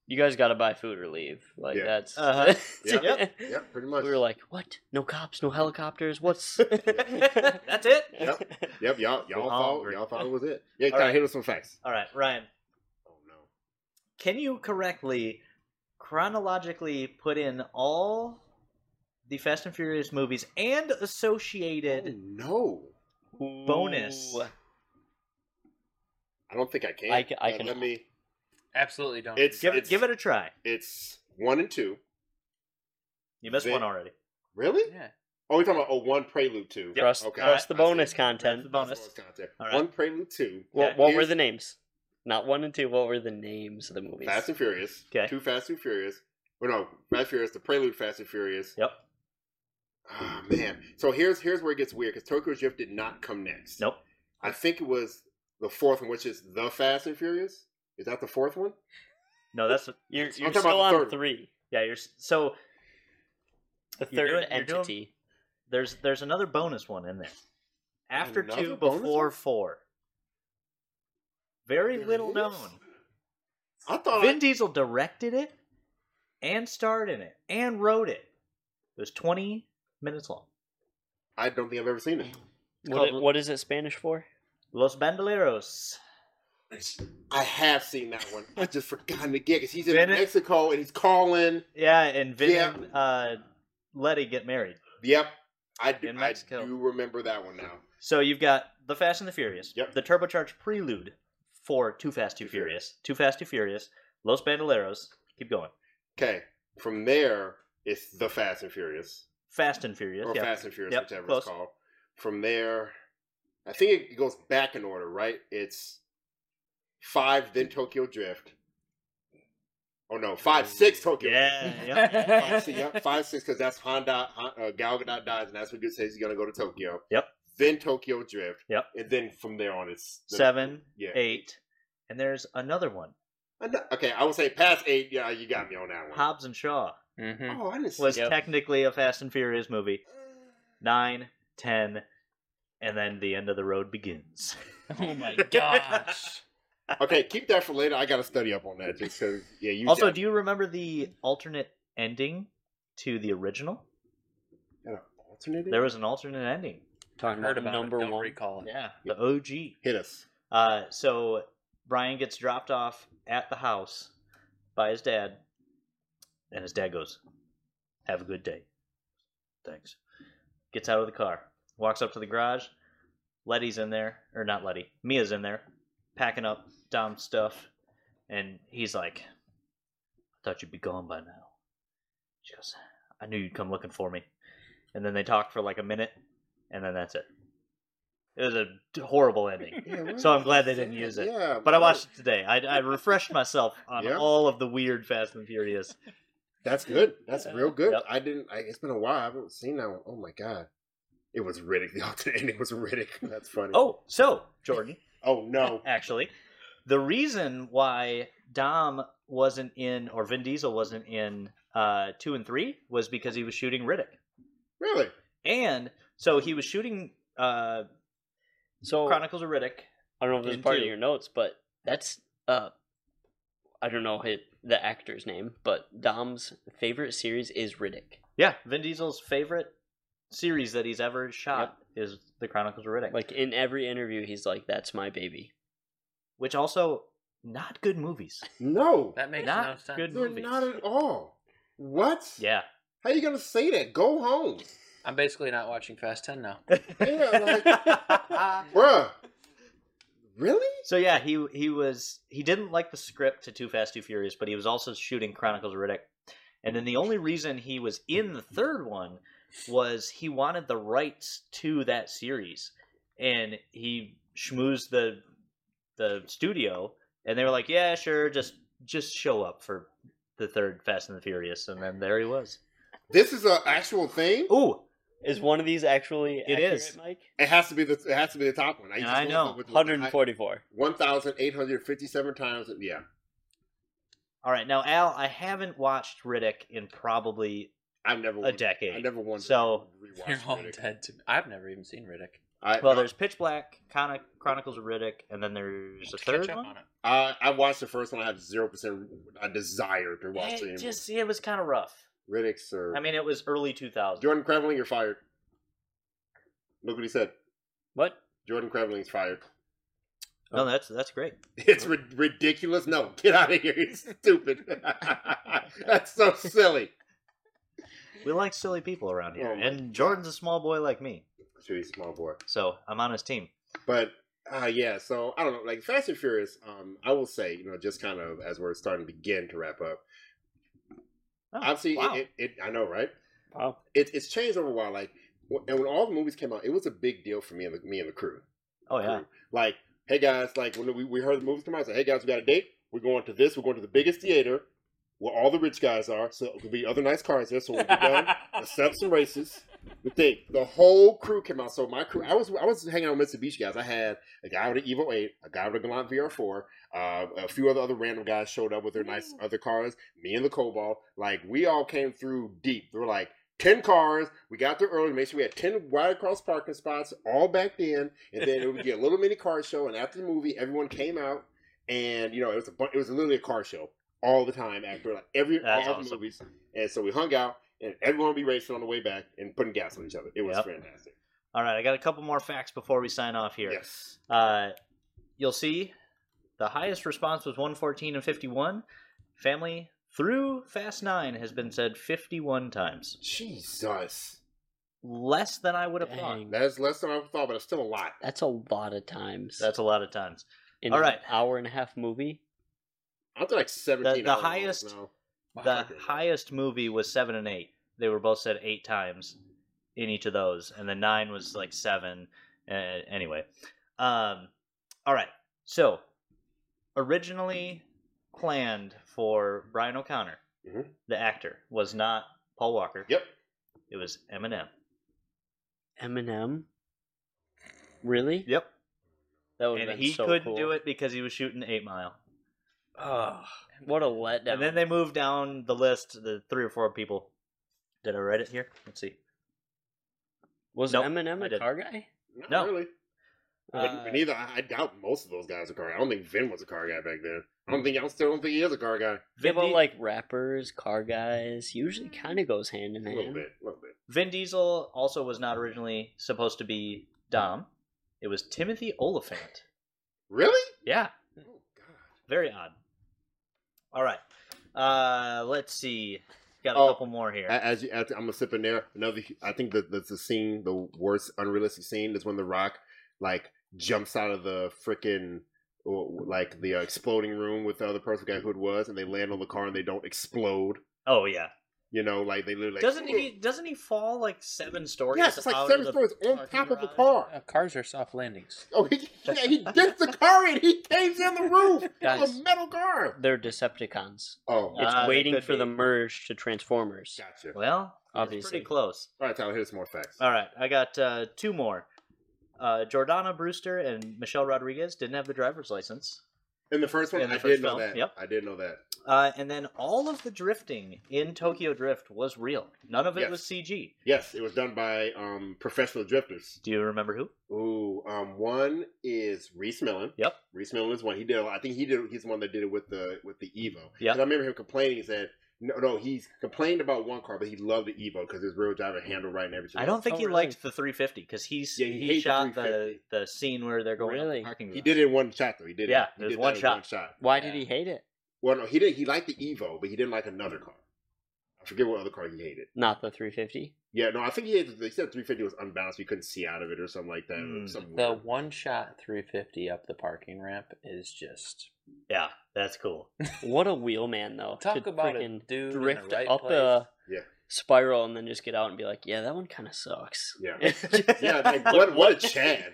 Speaker 4: you guys got to buy food or leave. Like
Speaker 2: Yeah.
Speaker 4: that's.
Speaker 1: Uh-huh.
Speaker 2: Yep.
Speaker 1: Yep.
Speaker 2: Yep, pretty much.
Speaker 4: We were like, what? No cops, no helicopters. What's?
Speaker 1: That's it.
Speaker 2: Yep. Yep, y'all y'all
Speaker 1: We're
Speaker 2: thought
Speaker 1: hungry.
Speaker 2: y'all thought it was it. Yeah, kind
Speaker 1: All
Speaker 2: of
Speaker 1: right.
Speaker 2: hit us some facts.
Speaker 1: All right, Ryan.
Speaker 2: Oh no.
Speaker 1: Can you correctly chronologically put in all the Fast and Furious movies and associated?
Speaker 2: Oh, no.
Speaker 1: Bonus.
Speaker 4: Ooh.
Speaker 2: I don't think I can.
Speaker 4: I ca- I
Speaker 2: Uh,
Speaker 4: can-
Speaker 2: Let me.
Speaker 3: Absolutely don't.
Speaker 2: It's
Speaker 1: Give it,
Speaker 2: it's,
Speaker 1: give it a try.
Speaker 2: It's one and two.
Speaker 1: You missed
Speaker 2: They-
Speaker 1: one already.
Speaker 2: Really?
Speaker 3: yeah.
Speaker 2: Oh, we're talking about oh one prelude two.
Speaker 4: Trust,
Speaker 2: Okay.
Speaker 4: trust the
Speaker 2: I see.
Speaker 4: bonus
Speaker 1: That's the
Speaker 4: content.
Speaker 1: bonus.
Speaker 2: That's what it's content.
Speaker 1: All right.
Speaker 2: One prelude two.
Speaker 4: What, what were
Speaker 2: Here's-
Speaker 4: the names? Not one and two. What were the names of the movies?
Speaker 2: Fast and Furious.
Speaker 1: Okay.
Speaker 2: Two Fast and Furious. Well, no, Fast and Furious, the prelude Fast and Furious.
Speaker 1: Yep.
Speaker 2: Oh, man. So here's here's where it gets weird because Tokyo Drift did not come next.
Speaker 1: Nope.
Speaker 2: I think it was the fourth one, which is the Fast and Furious. Is that the fourth one?
Speaker 1: No, that's
Speaker 4: You're,
Speaker 2: I'm
Speaker 4: you're
Speaker 2: talking about
Speaker 4: still
Speaker 2: the
Speaker 4: on
Speaker 2: third one.
Speaker 4: three.
Speaker 1: yeah. You're s- so
Speaker 4: The
Speaker 1: You're
Speaker 4: 3rd
Speaker 1: doing- you're doing-
Speaker 4: entity.
Speaker 1: there's there's another bonus one in there. After
Speaker 2: Another
Speaker 1: two,
Speaker 2: bonus
Speaker 1: before
Speaker 2: one?
Speaker 1: four. Very
Speaker 2: There
Speaker 1: little
Speaker 2: is? Oh,
Speaker 1: known.
Speaker 2: I thought
Speaker 1: Vin Diesel directed it, and starred in it, and wrote it. It was 20 minutes long.
Speaker 2: I don't think I've ever seen it.
Speaker 4: What,
Speaker 1: called-
Speaker 4: what is it Spanish for?
Speaker 1: Los Bandoleros.
Speaker 2: I have seen that one. I just forgotten again because he's in
Speaker 1: Bennett?
Speaker 2: Mexico and he's calling.
Speaker 1: Yeah, and Vin
Speaker 2: Yeah.
Speaker 1: and uh, Letty get married.
Speaker 2: Yep, I do.
Speaker 1: In Mexico.
Speaker 2: I do remember that one now.
Speaker 1: So you've got The Fast and the Furious,
Speaker 2: Yep.
Speaker 1: the Turbocharged Prelude for Too Fast, Too Furious, Too Fast, Too Furious, Los Bandoleros. Keep going.
Speaker 2: Okay, from there it's the Fast and Furious
Speaker 1: Fast and Furious.
Speaker 2: or
Speaker 1: yeah.
Speaker 2: Fast and Furious,
Speaker 1: Yep,
Speaker 2: whichever
Speaker 1: close.
Speaker 2: it's called. From there, I think it goes back in order, right? It's five, then Tokyo Drift. Oh no, five, six Tokyo.
Speaker 1: Yeah.
Speaker 2: Drift.
Speaker 1: yep.
Speaker 2: Five, six, yep, five, six, because that's Honda. Hon- Uh, Gal Gadot dies, and that's when Good says he's gonna go to Tokyo.
Speaker 1: Yep.
Speaker 2: Then Tokyo Drift.
Speaker 1: Yep.
Speaker 2: And then from there on, it's the-
Speaker 1: Seven,
Speaker 2: Yeah.
Speaker 1: eight, and there's another one.
Speaker 2: And th- Okay, I would say past eight. Yeah, you got me on that one.
Speaker 1: Hobbs and Shaw
Speaker 3: Mm-hmm.
Speaker 2: Oh, I didn't see
Speaker 1: was
Speaker 4: Yep.
Speaker 1: technically a Fast and Furious movie. Nine, ten, and then the end of the road begins.
Speaker 3: Oh my gosh.
Speaker 2: Okay, keep that for later. I got to study up on that just because. Yeah, you.
Speaker 1: also, do you remember the alternate ending to the original?
Speaker 2: you alternate?
Speaker 1: There was an alternate ending.
Speaker 4: Talking
Speaker 3: Heard about
Speaker 4: number
Speaker 3: it, don't
Speaker 4: one.
Speaker 3: recall it.
Speaker 1: Yeah, the OG.
Speaker 2: hit us.
Speaker 1: Uh, so Brian gets dropped off at the house by his dad, and his dad goes, "Have a good day." Thanks. Gets out of the car, walks up to the garage. Letty's in there, or not Letty. Mia's in there, packing up Dom's stuff, and he's like, "I thought you'd be gone by now." She goes, "I knew you'd come looking for me." And then they talk for like a minute, and then that's it. It was a horrible ending. So I'm glad they didn't use it.
Speaker 2: Yeah,
Speaker 1: But I watched it today. I, I refreshed myself on
Speaker 2: Yeah.
Speaker 1: all of the weird Fast and Furious.
Speaker 2: That's good. That's real good.
Speaker 1: Yep.
Speaker 2: I didn't. I, it's been a while. I haven't seen that one. Oh my god, it was Riddick. The alternate ending was Riddick. That's funny.
Speaker 1: Oh, so Jordan,
Speaker 2: oh no.
Speaker 1: actually, the reason why Dom wasn't in or Vin Diesel wasn't in uh, two and three was because he was shooting Riddick,
Speaker 2: Really?
Speaker 1: and so he was shooting uh,
Speaker 4: So
Speaker 1: Chronicles of Riddick.
Speaker 4: I don't know if this is
Speaker 1: in
Speaker 4: part
Speaker 1: two.
Speaker 4: of your notes, but that's uh, I don't know hit the actor's name, but Dom's favorite series is Riddick.
Speaker 1: Yeah, Vin Diesel's favorite series that he's ever shot is the Chronicles of Riddick,
Speaker 4: Like in every interview, he's like, "That's my baby."
Speaker 1: which also not good movies.
Speaker 2: No,
Speaker 3: That makes
Speaker 1: Not
Speaker 3: no sense.
Speaker 1: good.
Speaker 2: they're
Speaker 1: movies.
Speaker 2: not at all. What?
Speaker 1: Yeah.
Speaker 2: How you gonna say that? Go home,
Speaker 3: I'm basically not watching Fast 10 now.
Speaker 2: Yeah, bruh. Really?
Speaker 1: So yeah, he he was he didn't like the script to Too Fast Too Furious, but he was also shooting Chronicles of Riddick. And then the only reason he was in the third one was he wanted the rights to that series, and he schmoozed the the studio, and they were like, "Yeah, sure, just just show up for the third Fast and the Furious," and then there he was.
Speaker 2: This is an actual thing.
Speaker 1: Ooh,
Speaker 4: Is one of these actually?
Speaker 1: It
Speaker 4: accurate,
Speaker 1: is.
Speaker 4: Mike.
Speaker 2: It has to be the it has to be the top one.
Speaker 1: And I know.
Speaker 4: 144.
Speaker 2: One thousand eight hundred fifty-seven times. Yeah.
Speaker 1: all right, now Al, I haven't watched Riddick in probably
Speaker 2: I've never
Speaker 1: a
Speaker 2: won- I
Speaker 1: decade.
Speaker 2: never won.
Speaker 1: So-
Speaker 3: You're all
Speaker 2: rewatched it.
Speaker 3: dead to me. I've never even seen Riddick.
Speaker 2: I,
Speaker 1: Well, there's Pitch Black, Chron- Chronicles of Riddick, and then there's a
Speaker 3: Catch
Speaker 1: third
Speaker 3: up
Speaker 1: one.
Speaker 3: on it.
Speaker 2: I, I watched the first one. I have zero percent a desire to watch the
Speaker 1: It just it was kind of rough.
Speaker 2: Riddick's or
Speaker 1: I mean, it was early 2000s.
Speaker 2: Jordan Kremlin. You're fired. Look what he said.
Speaker 4: What?
Speaker 2: Jordan Kremling's fired.
Speaker 1: Oh, No, that's that's great.
Speaker 2: It's ri- ridiculous. No, get out of here. It's stupid. That's so silly.
Speaker 1: We like silly people around here,
Speaker 2: Oh my
Speaker 1: and Jordan's a small boy like me,
Speaker 2: Should be small boy.
Speaker 1: so I'm on his team.
Speaker 2: But uh, yeah, so I don't know. Like Fast and Furious, um, I will say, you know, just kind of as we're starting to begin to wrap up.
Speaker 1: Oh,
Speaker 2: Obviously,
Speaker 1: wow.
Speaker 2: it, it, it. I know, right?
Speaker 4: Wow.
Speaker 2: It, it's changed over a while. Like, wh- and when all the movies came out, it was a big deal for me and the, me and the crew.
Speaker 1: oh yeah,
Speaker 2: crew. Like, hey guys, like when we, we heard the movies come out, I said, hey guys, we got a date. We're going to this. We're going to the biggest theater where all the rich guys are. So it could be other nice cars there. So when we're done, let's set up some races. The thing, the whole crew came out. So my crew, I was I was hanging out with Mitsubishi guys. I had a guy with an Evo Eight, a guy with a Galant VR4, uh, a few other other random guys showed up with their nice other cars. Me and the Cobalt, like we all came through deep. There were like ten cars. We got there early, made sure we had ten wide across parking spots, all backed in, and then it would be a little mini car show. And after the movie, everyone came out, and you know it was a bu- it was literally a car show all the time after like every
Speaker 1: That's
Speaker 2: all the
Speaker 1: awesome.
Speaker 2: movies. And so we hung out, and everyone would be racing on the way back and putting gas on each other. It was
Speaker 1: Yep.
Speaker 2: fantastic.
Speaker 1: All right, I got a couple more facts before we sign off here.
Speaker 2: Yes.
Speaker 1: Uh, you'll see the highest response was 114 and 51. Family through Fast 9 has been said 51 times.
Speaker 2: Jesus.
Speaker 1: Less than I would have thought.
Speaker 4: Dang.
Speaker 2: That is less than I thought, but it's still a lot.
Speaker 4: That's a lot of times.
Speaker 1: That's a lot of times.
Speaker 4: in
Speaker 1: all right.
Speaker 4: an hour and a half movie.
Speaker 2: I'm to like 17.
Speaker 1: the
Speaker 2: hours old
Speaker 1: highest-
Speaker 2: now.
Speaker 1: The
Speaker 3: Motherfucker.
Speaker 1: highest movie was 7 and 8. They were both said 8 times in each of those, and the 9 was like 7. Uh, anyway. Um, all right. So, originally planned for Brian O'Connor,
Speaker 2: Mhm.
Speaker 1: the actor, was not Paul Walker.
Speaker 2: Yep.
Speaker 1: It was Eminem.
Speaker 4: Eminem. Really?
Speaker 1: Yep.
Speaker 4: That would
Speaker 1: And he couldn't do it because he was shooting Eight Mile.
Speaker 4: Oh, what a letdown!
Speaker 1: And then they moved down the list, the three or four people. Did I write it here? Let's see.
Speaker 4: was
Speaker 1: Nope,
Speaker 4: Eminem
Speaker 1: I
Speaker 4: a
Speaker 1: didn't.
Speaker 4: car guy?
Speaker 2: Not
Speaker 1: No.
Speaker 2: really. But,
Speaker 4: Uh,
Speaker 2: but neither. I, I doubt most of those guys are car. guy. I don't think Vin was a car guy back then.
Speaker 1: Hmm.
Speaker 2: I don't think. I still don't think he is a car guy.
Speaker 4: yeah,
Speaker 1: Vin,
Speaker 4: but
Speaker 1: Di- Mm.
Speaker 4: like rappers, car guys usually kind of goes hand in
Speaker 2: A
Speaker 4: hand.
Speaker 2: little bit. A little bit.
Speaker 1: Vin Diesel also was not originally supposed to be Dom. It was Timothy Oliphant.
Speaker 2: Really?
Speaker 1: Yeah,
Speaker 2: Oh God.
Speaker 1: very odd. All right. Uh, let's see. Got a
Speaker 2: Oh,
Speaker 1: couple more here.
Speaker 2: A- As you, as, I'm gonna slip in there. Another. I think that that's the scene, the worst unrealistic scene is when The Rock like jumps out of the freaking like the uh, exploding room with the other person, forgot who it was, and they land on the car and they don't explode.
Speaker 1: oh yeah.
Speaker 2: You know, like they literally like,
Speaker 1: Doesn't he? Doesn't he fall like seven stories?
Speaker 2: Yes, it's
Speaker 1: out
Speaker 2: like
Speaker 1: of
Speaker 2: seven
Speaker 1: the
Speaker 2: stories on
Speaker 1: parking
Speaker 2: top of the
Speaker 1: garage?
Speaker 2: car.
Speaker 3: Uh, cars are soft landings.
Speaker 2: Oh, he, yeah, he gets the car in. He caves in the roof. It's
Speaker 4: Guys.
Speaker 2: a metal car.
Speaker 4: They're Decepticons.
Speaker 2: Oh,
Speaker 4: It's
Speaker 1: Uh, they
Speaker 4: waiting
Speaker 1: could
Speaker 4: for
Speaker 1: be.
Speaker 4: the merge to Transformers.
Speaker 2: gotcha. All
Speaker 1: Well, it's
Speaker 4: Obviously.
Speaker 1: pretty close.
Speaker 2: right, Tyler. Here's some more facts.
Speaker 1: All right, I got uh, two more. Uh, Jordana Brewster and Michelle Rodriguez didn't have the driver's license,
Speaker 2: In the first one,
Speaker 1: In the
Speaker 2: I
Speaker 1: first
Speaker 2: did know
Speaker 1: film,
Speaker 2: that.
Speaker 1: yep.
Speaker 2: I did know that.
Speaker 1: uh, and then all of the drifting in Tokyo Drift was real. None of it
Speaker 2: Yes.
Speaker 1: was CG.
Speaker 2: Yes, it was done by um, professional drifters.
Speaker 1: Do you remember who?
Speaker 2: Ooh, um, one is Reese Millen.
Speaker 1: Yep.
Speaker 2: Reese Millen is one. He did. a lot- I think he did. He's the one that did it with the with the Evo. 'Cause
Speaker 1: Yep.
Speaker 2: I remember him complaining. He said, "No, no." He's complained about one car, but he loved the Evo because his real driver handled right and everything.
Speaker 1: I don't think
Speaker 4: Oh,
Speaker 1: he
Speaker 4: really?
Speaker 1: liked the 350 because he's
Speaker 2: Yeah, he
Speaker 1: he,
Speaker 2: hated
Speaker 1: shot the,
Speaker 2: 350.
Speaker 1: the scene where they're going out
Speaker 4: Really?
Speaker 1: the parking
Speaker 2: He
Speaker 1: garage.
Speaker 2: did it in one shot though. He did.
Speaker 1: Yeah,
Speaker 2: It. He
Speaker 1: it was
Speaker 2: did that
Speaker 1: one
Speaker 2: in
Speaker 1: shot.
Speaker 2: One shot.
Speaker 4: Why did
Speaker 3: Yeah.
Speaker 4: he hate it?
Speaker 2: Well, no, he did. He liked the Evo, but he didn't like another car. I forget what other car he hated.
Speaker 4: Not the 350.
Speaker 2: Yeah, no, I think he hated. They said 350 was unbalanced. You couldn't see out of it or something like that.
Speaker 1: Hmm.
Speaker 2: Or something
Speaker 3: The
Speaker 2: weird.
Speaker 3: one shot 350 up the parking ramp is just
Speaker 1: Yeah, that's cool.
Speaker 4: What a wheelman though.
Speaker 3: talk
Speaker 4: to
Speaker 3: about
Speaker 4: freaking
Speaker 3: a dude in
Speaker 4: drift
Speaker 3: the right
Speaker 4: up
Speaker 3: place.
Speaker 4: a
Speaker 2: Yeah.
Speaker 4: spiral and then just get out and be like, yeah, that one kind of sucks.
Speaker 2: yeah, yeah. Like what? What a Chad.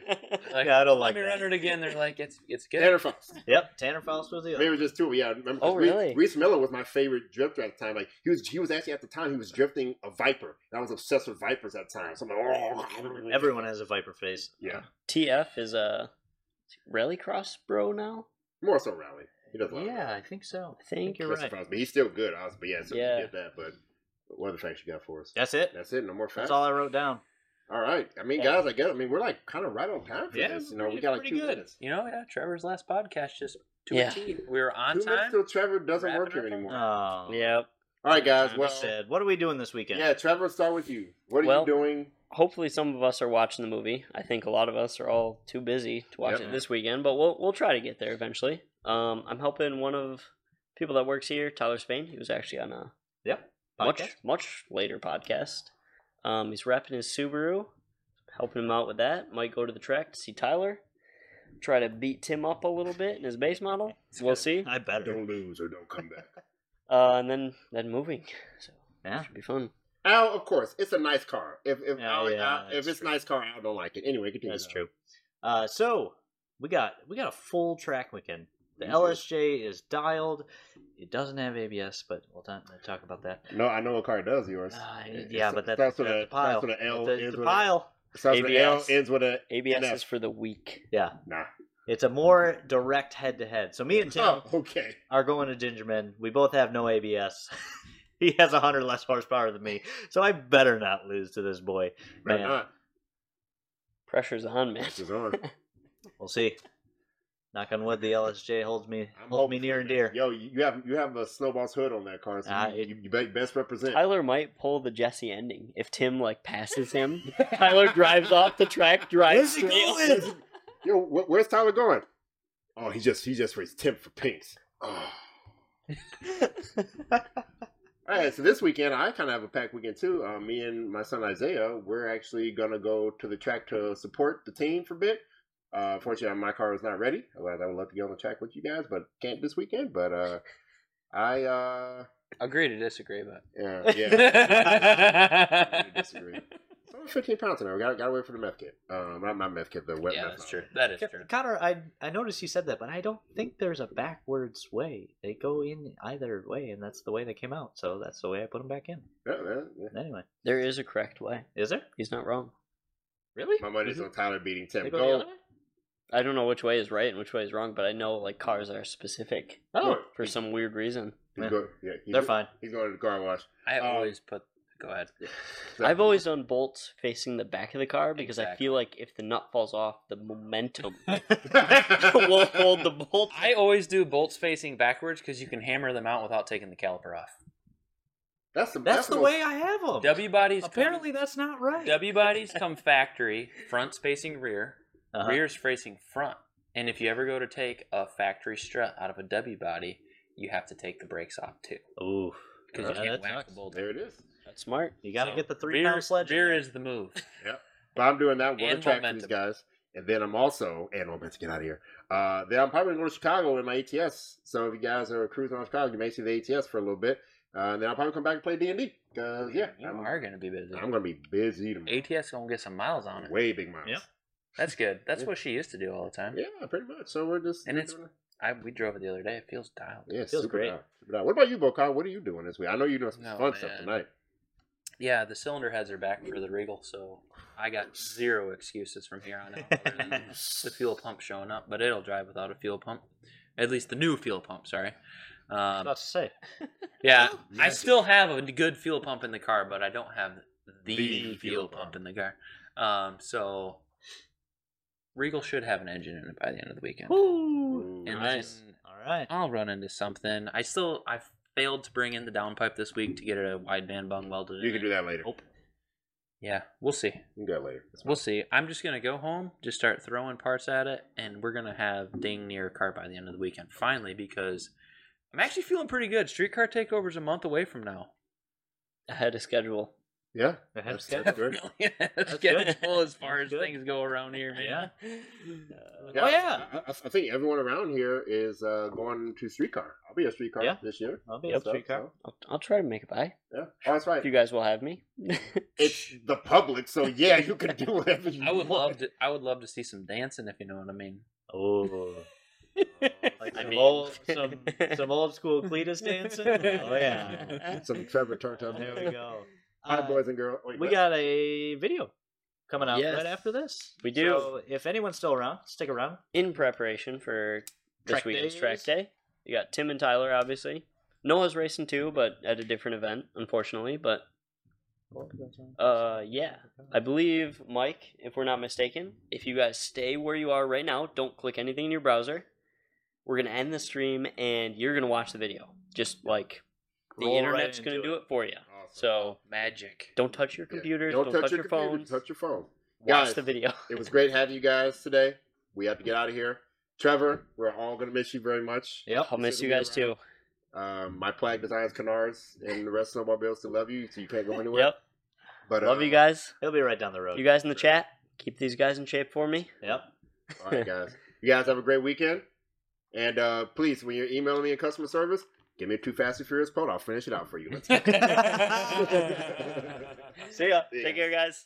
Speaker 3: Like,
Speaker 1: Yeah, I don't like
Speaker 3: Let me
Speaker 1: that.
Speaker 3: run it again. They're like it's it's good.
Speaker 2: Tanner Fox.
Speaker 1: Yep, Tanner Faust was the
Speaker 2: Maybe
Speaker 1: other.
Speaker 2: just two. Yeah, I remember.
Speaker 4: Oh, really?
Speaker 2: Reese Miller was my favorite drifter at the time. Like he was, he was actually at the time he was drifting a Viper, and I was obsessed with Vipers at the time. So I'm like, oh,
Speaker 1: Everyone has a viper face.
Speaker 2: Yeah,
Speaker 4: TF is a rallycross bro now,
Speaker 2: more so Rally. He does. a lot of
Speaker 1: Yeah, I think so.
Speaker 4: I think.
Speaker 1: you're
Speaker 2: Christopher
Speaker 1: right.
Speaker 2: Fox, but he's still good. I was, but yeah, so yeah.
Speaker 4: Yeah.
Speaker 2: get that. But what other facts you got for us?
Speaker 1: That's it.
Speaker 2: That's it. No more facts.
Speaker 1: That's all I wrote down.
Speaker 2: All right. I mean, guys, I guess I mean we're like kind of right on time for
Speaker 1: Yeah,
Speaker 2: this. You know,
Speaker 1: pretty-
Speaker 2: we got like two
Speaker 1: pretty good.
Speaker 2: minutes.
Speaker 3: You know, yeah. Trevor's last podcast just to
Speaker 4: Yeah.
Speaker 3: a T. We were on
Speaker 2: two minutes
Speaker 3: time.
Speaker 2: till Trevor doesn't
Speaker 3: Wrapping
Speaker 2: work here
Speaker 3: up on-
Speaker 2: anymore.
Speaker 1: Oh,
Speaker 4: Yep.
Speaker 2: All right, guys.
Speaker 1: Well
Speaker 2: Well,
Speaker 1: said. What are we doing this weekend?
Speaker 2: yeah, Trevor, start with you. What are
Speaker 4: Well-
Speaker 2: you doing?
Speaker 4: Hopefully, some of us are watching the movie. I think a lot of us are all too busy to watch
Speaker 2: Yep.
Speaker 4: it this weekend, but we'll we'll try to get there eventually. Um, I'm helping one of people that works here, Tyler Spain. He was actually on a
Speaker 1: Yep.
Speaker 4: much much later podcast. Um, he's wrapping his Subaru, helping him out with that. Might go to the track to see Tyler, try to beat Tim up a little bit in his base model. We'll see.
Speaker 1: I better.
Speaker 2: lose or don't come back.
Speaker 4: Uh, and then then moving, so
Speaker 1: Yeah.
Speaker 4: should be fun.
Speaker 2: Al, Oh, of course, it's a nice car. If if
Speaker 1: Yeah,
Speaker 2: Al,
Speaker 1: yeah,
Speaker 2: Al- if
Speaker 1: that's
Speaker 2: it's
Speaker 1: true.
Speaker 2: nice car, Al don't like it. Anyway, continue.
Speaker 1: That's
Speaker 2: Al.
Speaker 1: true. Uh, so we got we got a full track weekend. The
Speaker 2: We do.
Speaker 1: LSJ is dialed. It doesn't have ABS, but we'll not talk about that.
Speaker 2: No, I know what car does yours.
Speaker 1: Uh,
Speaker 2: It-
Speaker 1: yeah,
Speaker 2: it
Speaker 1: but that's,
Speaker 2: starts
Speaker 1: that's
Speaker 2: with a-
Speaker 1: the pile.
Speaker 2: starts with a L,
Speaker 1: It's a-
Speaker 2: ends
Speaker 1: the
Speaker 2: with a-
Speaker 1: pile.
Speaker 2: Starts with L,
Speaker 4: ABS.
Speaker 2: ends with a
Speaker 4: ABS
Speaker 2: NF.
Speaker 4: is for the weak.
Speaker 1: Yeah,
Speaker 2: nah.
Speaker 1: it's a more direct head to head. So me and Tim
Speaker 2: Mm-hmm. Oh, okay.
Speaker 1: are going to Gingerman. We both have no ABS. he has hundred less horsepower than me, so I better not lose to this boy.
Speaker 2: Right
Speaker 1: Man.
Speaker 2: not.
Speaker 4: Pressure's on, man.
Speaker 2: This is on.
Speaker 1: We'll see. Knock on wood, the LSJ holds me
Speaker 2: I'm
Speaker 1: holds me
Speaker 2: hopeful,
Speaker 1: near and
Speaker 2: man.
Speaker 1: dear.
Speaker 2: Yo, you you have you have a snowball's hood on that car, so
Speaker 1: Ah,
Speaker 2: you,
Speaker 1: it-
Speaker 2: you, you be- best represent.
Speaker 4: Tyler might pull the Jesse ending if Tim like passes him. Tyler drives off the track, drives
Speaker 2: Where's he
Speaker 4: straight.
Speaker 2: going? Yo, wh- where's Tyler going? Oh, he just he just raised temp for pinks. Oh. All right, so this weekend I kind of have a packed weekend too. Uh, me and my son Isaiah, we're actually gonna go to the track to support the team for a bit. Uh, fortunately, my car is not ready. Otherwise, I would love to get on the track with you guys, but can't this weekend. But uh, I uh,
Speaker 3: Agree to disagree, but
Speaker 2: yeah, yeah. I really disagree. So I'm 15 pounds now. We got got to wait for the meth kit. Um, not my meth kit, the wet
Speaker 3: yeah,
Speaker 2: meth
Speaker 3: that's
Speaker 2: kit.
Speaker 3: true. That is true.
Speaker 1: Connor, I I noticed you said that, but I don't think there's a backwards way. They go in either way, and that's the way they came out. So that's the way I put them back in.
Speaker 2: Yeah, man, yeah.
Speaker 1: Anyway,
Speaker 4: There is a correct way.
Speaker 1: is there
Speaker 4: He's not wrong.
Speaker 1: really? Mm-hmm.
Speaker 2: My money's
Speaker 4: Mhm.
Speaker 2: on Tyler beating Tim.
Speaker 1: They go
Speaker 2: Go.
Speaker 1: the other way?
Speaker 4: I don't know which way is right and which way is wrong, but I know like cars are specific
Speaker 1: Oh,
Speaker 4: for some weird reason.
Speaker 2: He's
Speaker 1: Yeah.
Speaker 2: go- yeah, he's,
Speaker 1: they're fine.
Speaker 2: He's going to the car wash.
Speaker 3: I
Speaker 2: Um,
Speaker 3: always put. Go ahead.
Speaker 4: I've always done bolts facing the back of the car because I
Speaker 3: Exactly.
Speaker 4: feel like if the nut falls off, the momentum will
Speaker 2: we'll
Speaker 4: hold the bolt.
Speaker 3: I always do bolts facing backwards because you can hammer them out without taking the caliper off.
Speaker 2: That's the,
Speaker 1: That's the
Speaker 2: most-
Speaker 1: way I have them.
Speaker 3: W bodies come-
Speaker 1: Apparently, that's not right.
Speaker 3: W bodies come factory, front's facing rear,
Speaker 1: Uh-huh.
Speaker 3: rear's facing front. And if you ever go to take a factory strut out of a W body, you have to take the brakes off too
Speaker 1: Ooh,
Speaker 3: because
Speaker 1: Yeah,
Speaker 3: you
Speaker 1: that
Speaker 3: can't whack
Speaker 1: sucks.
Speaker 3: the bolt.
Speaker 2: Uh, There it is.
Speaker 4: That's smart.
Speaker 1: you got to
Speaker 3: So,
Speaker 1: get the three
Speaker 3: rear,
Speaker 1: pound sledge. in
Speaker 3: Rear
Speaker 1: there.
Speaker 3: is the move.
Speaker 2: But I'm doing that one
Speaker 3: And
Speaker 2: track for these
Speaker 3: momentum.
Speaker 2: guys. And then I'm also, and momentum, get out of here. Uh, then I'm probably going to Chicago in my ATS. So if you guys are cruising on Chicago, you may see the ATS for a little bit. Uh, and then I'll probably come back and play D&D. Because, yeah,
Speaker 3: you
Speaker 2: I'm,
Speaker 3: are going to be busy.
Speaker 2: I'm going to be busy tomorrow.
Speaker 3: ATS gonna get some miles on it.
Speaker 2: Way big miles.
Speaker 1: Yep.
Speaker 3: That's good. That's
Speaker 2: Yeah.
Speaker 3: what she used to do all the time.
Speaker 2: Yeah, pretty much. So we're just...
Speaker 3: And
Speaker 2: we're
Speaker 3: it's-
Speaker 2: doing it.
Speaker 3: I we drove it the other day. It feels dialed.
Speaker 2: Yeah,
Speaker 1: Feels
Speaker 2: super
Speaker 1: great.
Speaker 2: down, super down. What about you, Bokar? What are you doing this week? I know you're doing some
Speaker 3: No,
Speaker 2: fun stuff
Speaker 3: man.
Speaker 2: tonight.
Speaker 3: Yeah, the cylinder heads are back for the Regal, so I got zero excuses from here on out other than the fuel pump showing up, but it'll drive without a fuel pump. At least the new fuel pump, sorry.
Speaker 1: I was
Speaker 3: Um,
Speaker 1: about to say.
Speaker 3: yeah, I
Speaker 2: Magic.
Speaker 3: still have a good fuel pump in the car, but I don't have
Speaker 2: The
Speaker 3: the, fuel,
Speaker 2: fuel
Speaker 3: pump
Speaker 2: pump.
Speaker 3: in the car. Um, so Regal should have an engine in it by the end of the weekend.
Speaker 1: Ooh.
Speaker 3: And
Speaker 1: Nice.
Speaker 3: then
Speaker 1: All right.
Speaker 3: I'll run into something. I still I failed to bring in the downpipe this week to get a wideband bung welded.
Speaker 2: You can do that later.
Speaker 1: Nope.
Speaker 3: Yeah, we'll see.
Speaker 2: You can do that later.
Speaker 3: We'll see. I'm just gonna go home, just start throwing parts at it, and we're gonna have ding near a car by the end of the weekend, finally, because I'm actually feeling pretty good. Streetcar takeover's a month away from now.
Speaker 4: Ahead of schedule.
Speaker 2: Yeah.
Speaker 1: Ahead of
Speaker 2: That's-
Speaker 1: schedule.
Speaker 2: that's good.
Speaker 3: That's
Speaker 1: good.
Speaker 3: full as far as
Speaker 1: That's good.
Speaker 3: things go around here, man.
Speaker 1: Yeah.
Speaker 2: Yeah,
Speaker 1: Oh, yeah.
Speaker 2: I, I, I think everyone around here is uh, going to streetcar. I'll be a streetcar
Speaker 1: Yeah.
Speaker 2: this year.
Speaker 1: I'll be
Speaker 4: Yep.
Speaker 1: a street car.
Speaker 2: So,
Speaker 4: I'll, I'll try to make it by.
Speaker 2: yeah. Oh, that's right.
Speaker 4: If you guys will have me.
Speaker 2: It's the public, so yeah, you can do whatever you
Speaker 3: I would
Speaker 2: want.
Speaker 3: love to. I would love to see some dancing, if you know what I mean.
Speaker 1: Oh, like
Speaker 2: I
Speaker 1: some,
Speaker 2: mean-
Speaker 1: old, some, some old school Cletus dancing. Oh yeah,
Speaker 2: Some Trevor turned up.
Speaker 1: there we go.
Speaker 2: Hi,
Speaker 1: Uh,
Speaker 2: boys and girls. Wait,
Speaker 1: we
Speaker 2: what?
Speaker 1: got a video coming out
Speaker 4: Yes.
Speaker 1: right after this.
Speaker 4: We do.
Speaker 1: So if anyone's still around, stick around.
Speaker 4: in preparation for this
Speaker 1: Track
Speaker 4: weekend's
Speaker 1: days.
Speaker 4: track day. You got Tim and Tyler, obviously. Noah's racing too, but at a different event, unfortunately. But Uh, yeah. I believe, Mike, if we're not mistaken, if you guys stay where you are right now, don't click anything in your browser. We're gonna end the stream, and you're gonna watch the video. Just like the
Speaker 1: Roll right
Speaker 4: internet's gonna
Speaker 1: into
Speaker 4: do it for you.
Speaker 2: Awesome.
Speaker 4: So
Speaker 3: Magic.
Speaker 4: don't touch your
Speaker 2: Yeah.
Speaker 4: computers.
Speaker 2: Don't, touch,
Speaker 4: your,
Speaker 2: computer,
Speaker 4: phones.
Speaker 2: Touch your phone.
Speaker 4: watch
Speaker 2: Guys,
Speaker 4: the video.
Speaker 2: It was great having you guys today. We have to get out of here. Trevor, we're all gonna miss you very much.
Speaker 1: Yep.
Speaker 4: I'll miss
Speaker 2: Sit
Speaker 4: you
Speaker 2: here
Speaker 4: guys
Speaker 2: around.
Speaker 4: too.
Speaker 2: Um, my plaque designs canards and the rest of snowmobiles still love you, so you can't go anywhere.
Speaker 4: Yep.
Speaker 2: But
Speaker 4: Love
Speaker 2: uh,
Speaker 4: you guys.
Speaker 1: He'll be right down the road.
Speaker 4: You guys in the chat, keep these guys in shape for me.
Speaker 1: Yep.
Speaker 2: All right, guys. You guys have a great weekend. And uh, please, when you're emailing me in customer service, give me a Too Fast and Furious quote. I'll finish it out for you.
Speaker 4: See ya.
Speaker 2: See ya.
Speaker 4: Take care, guys.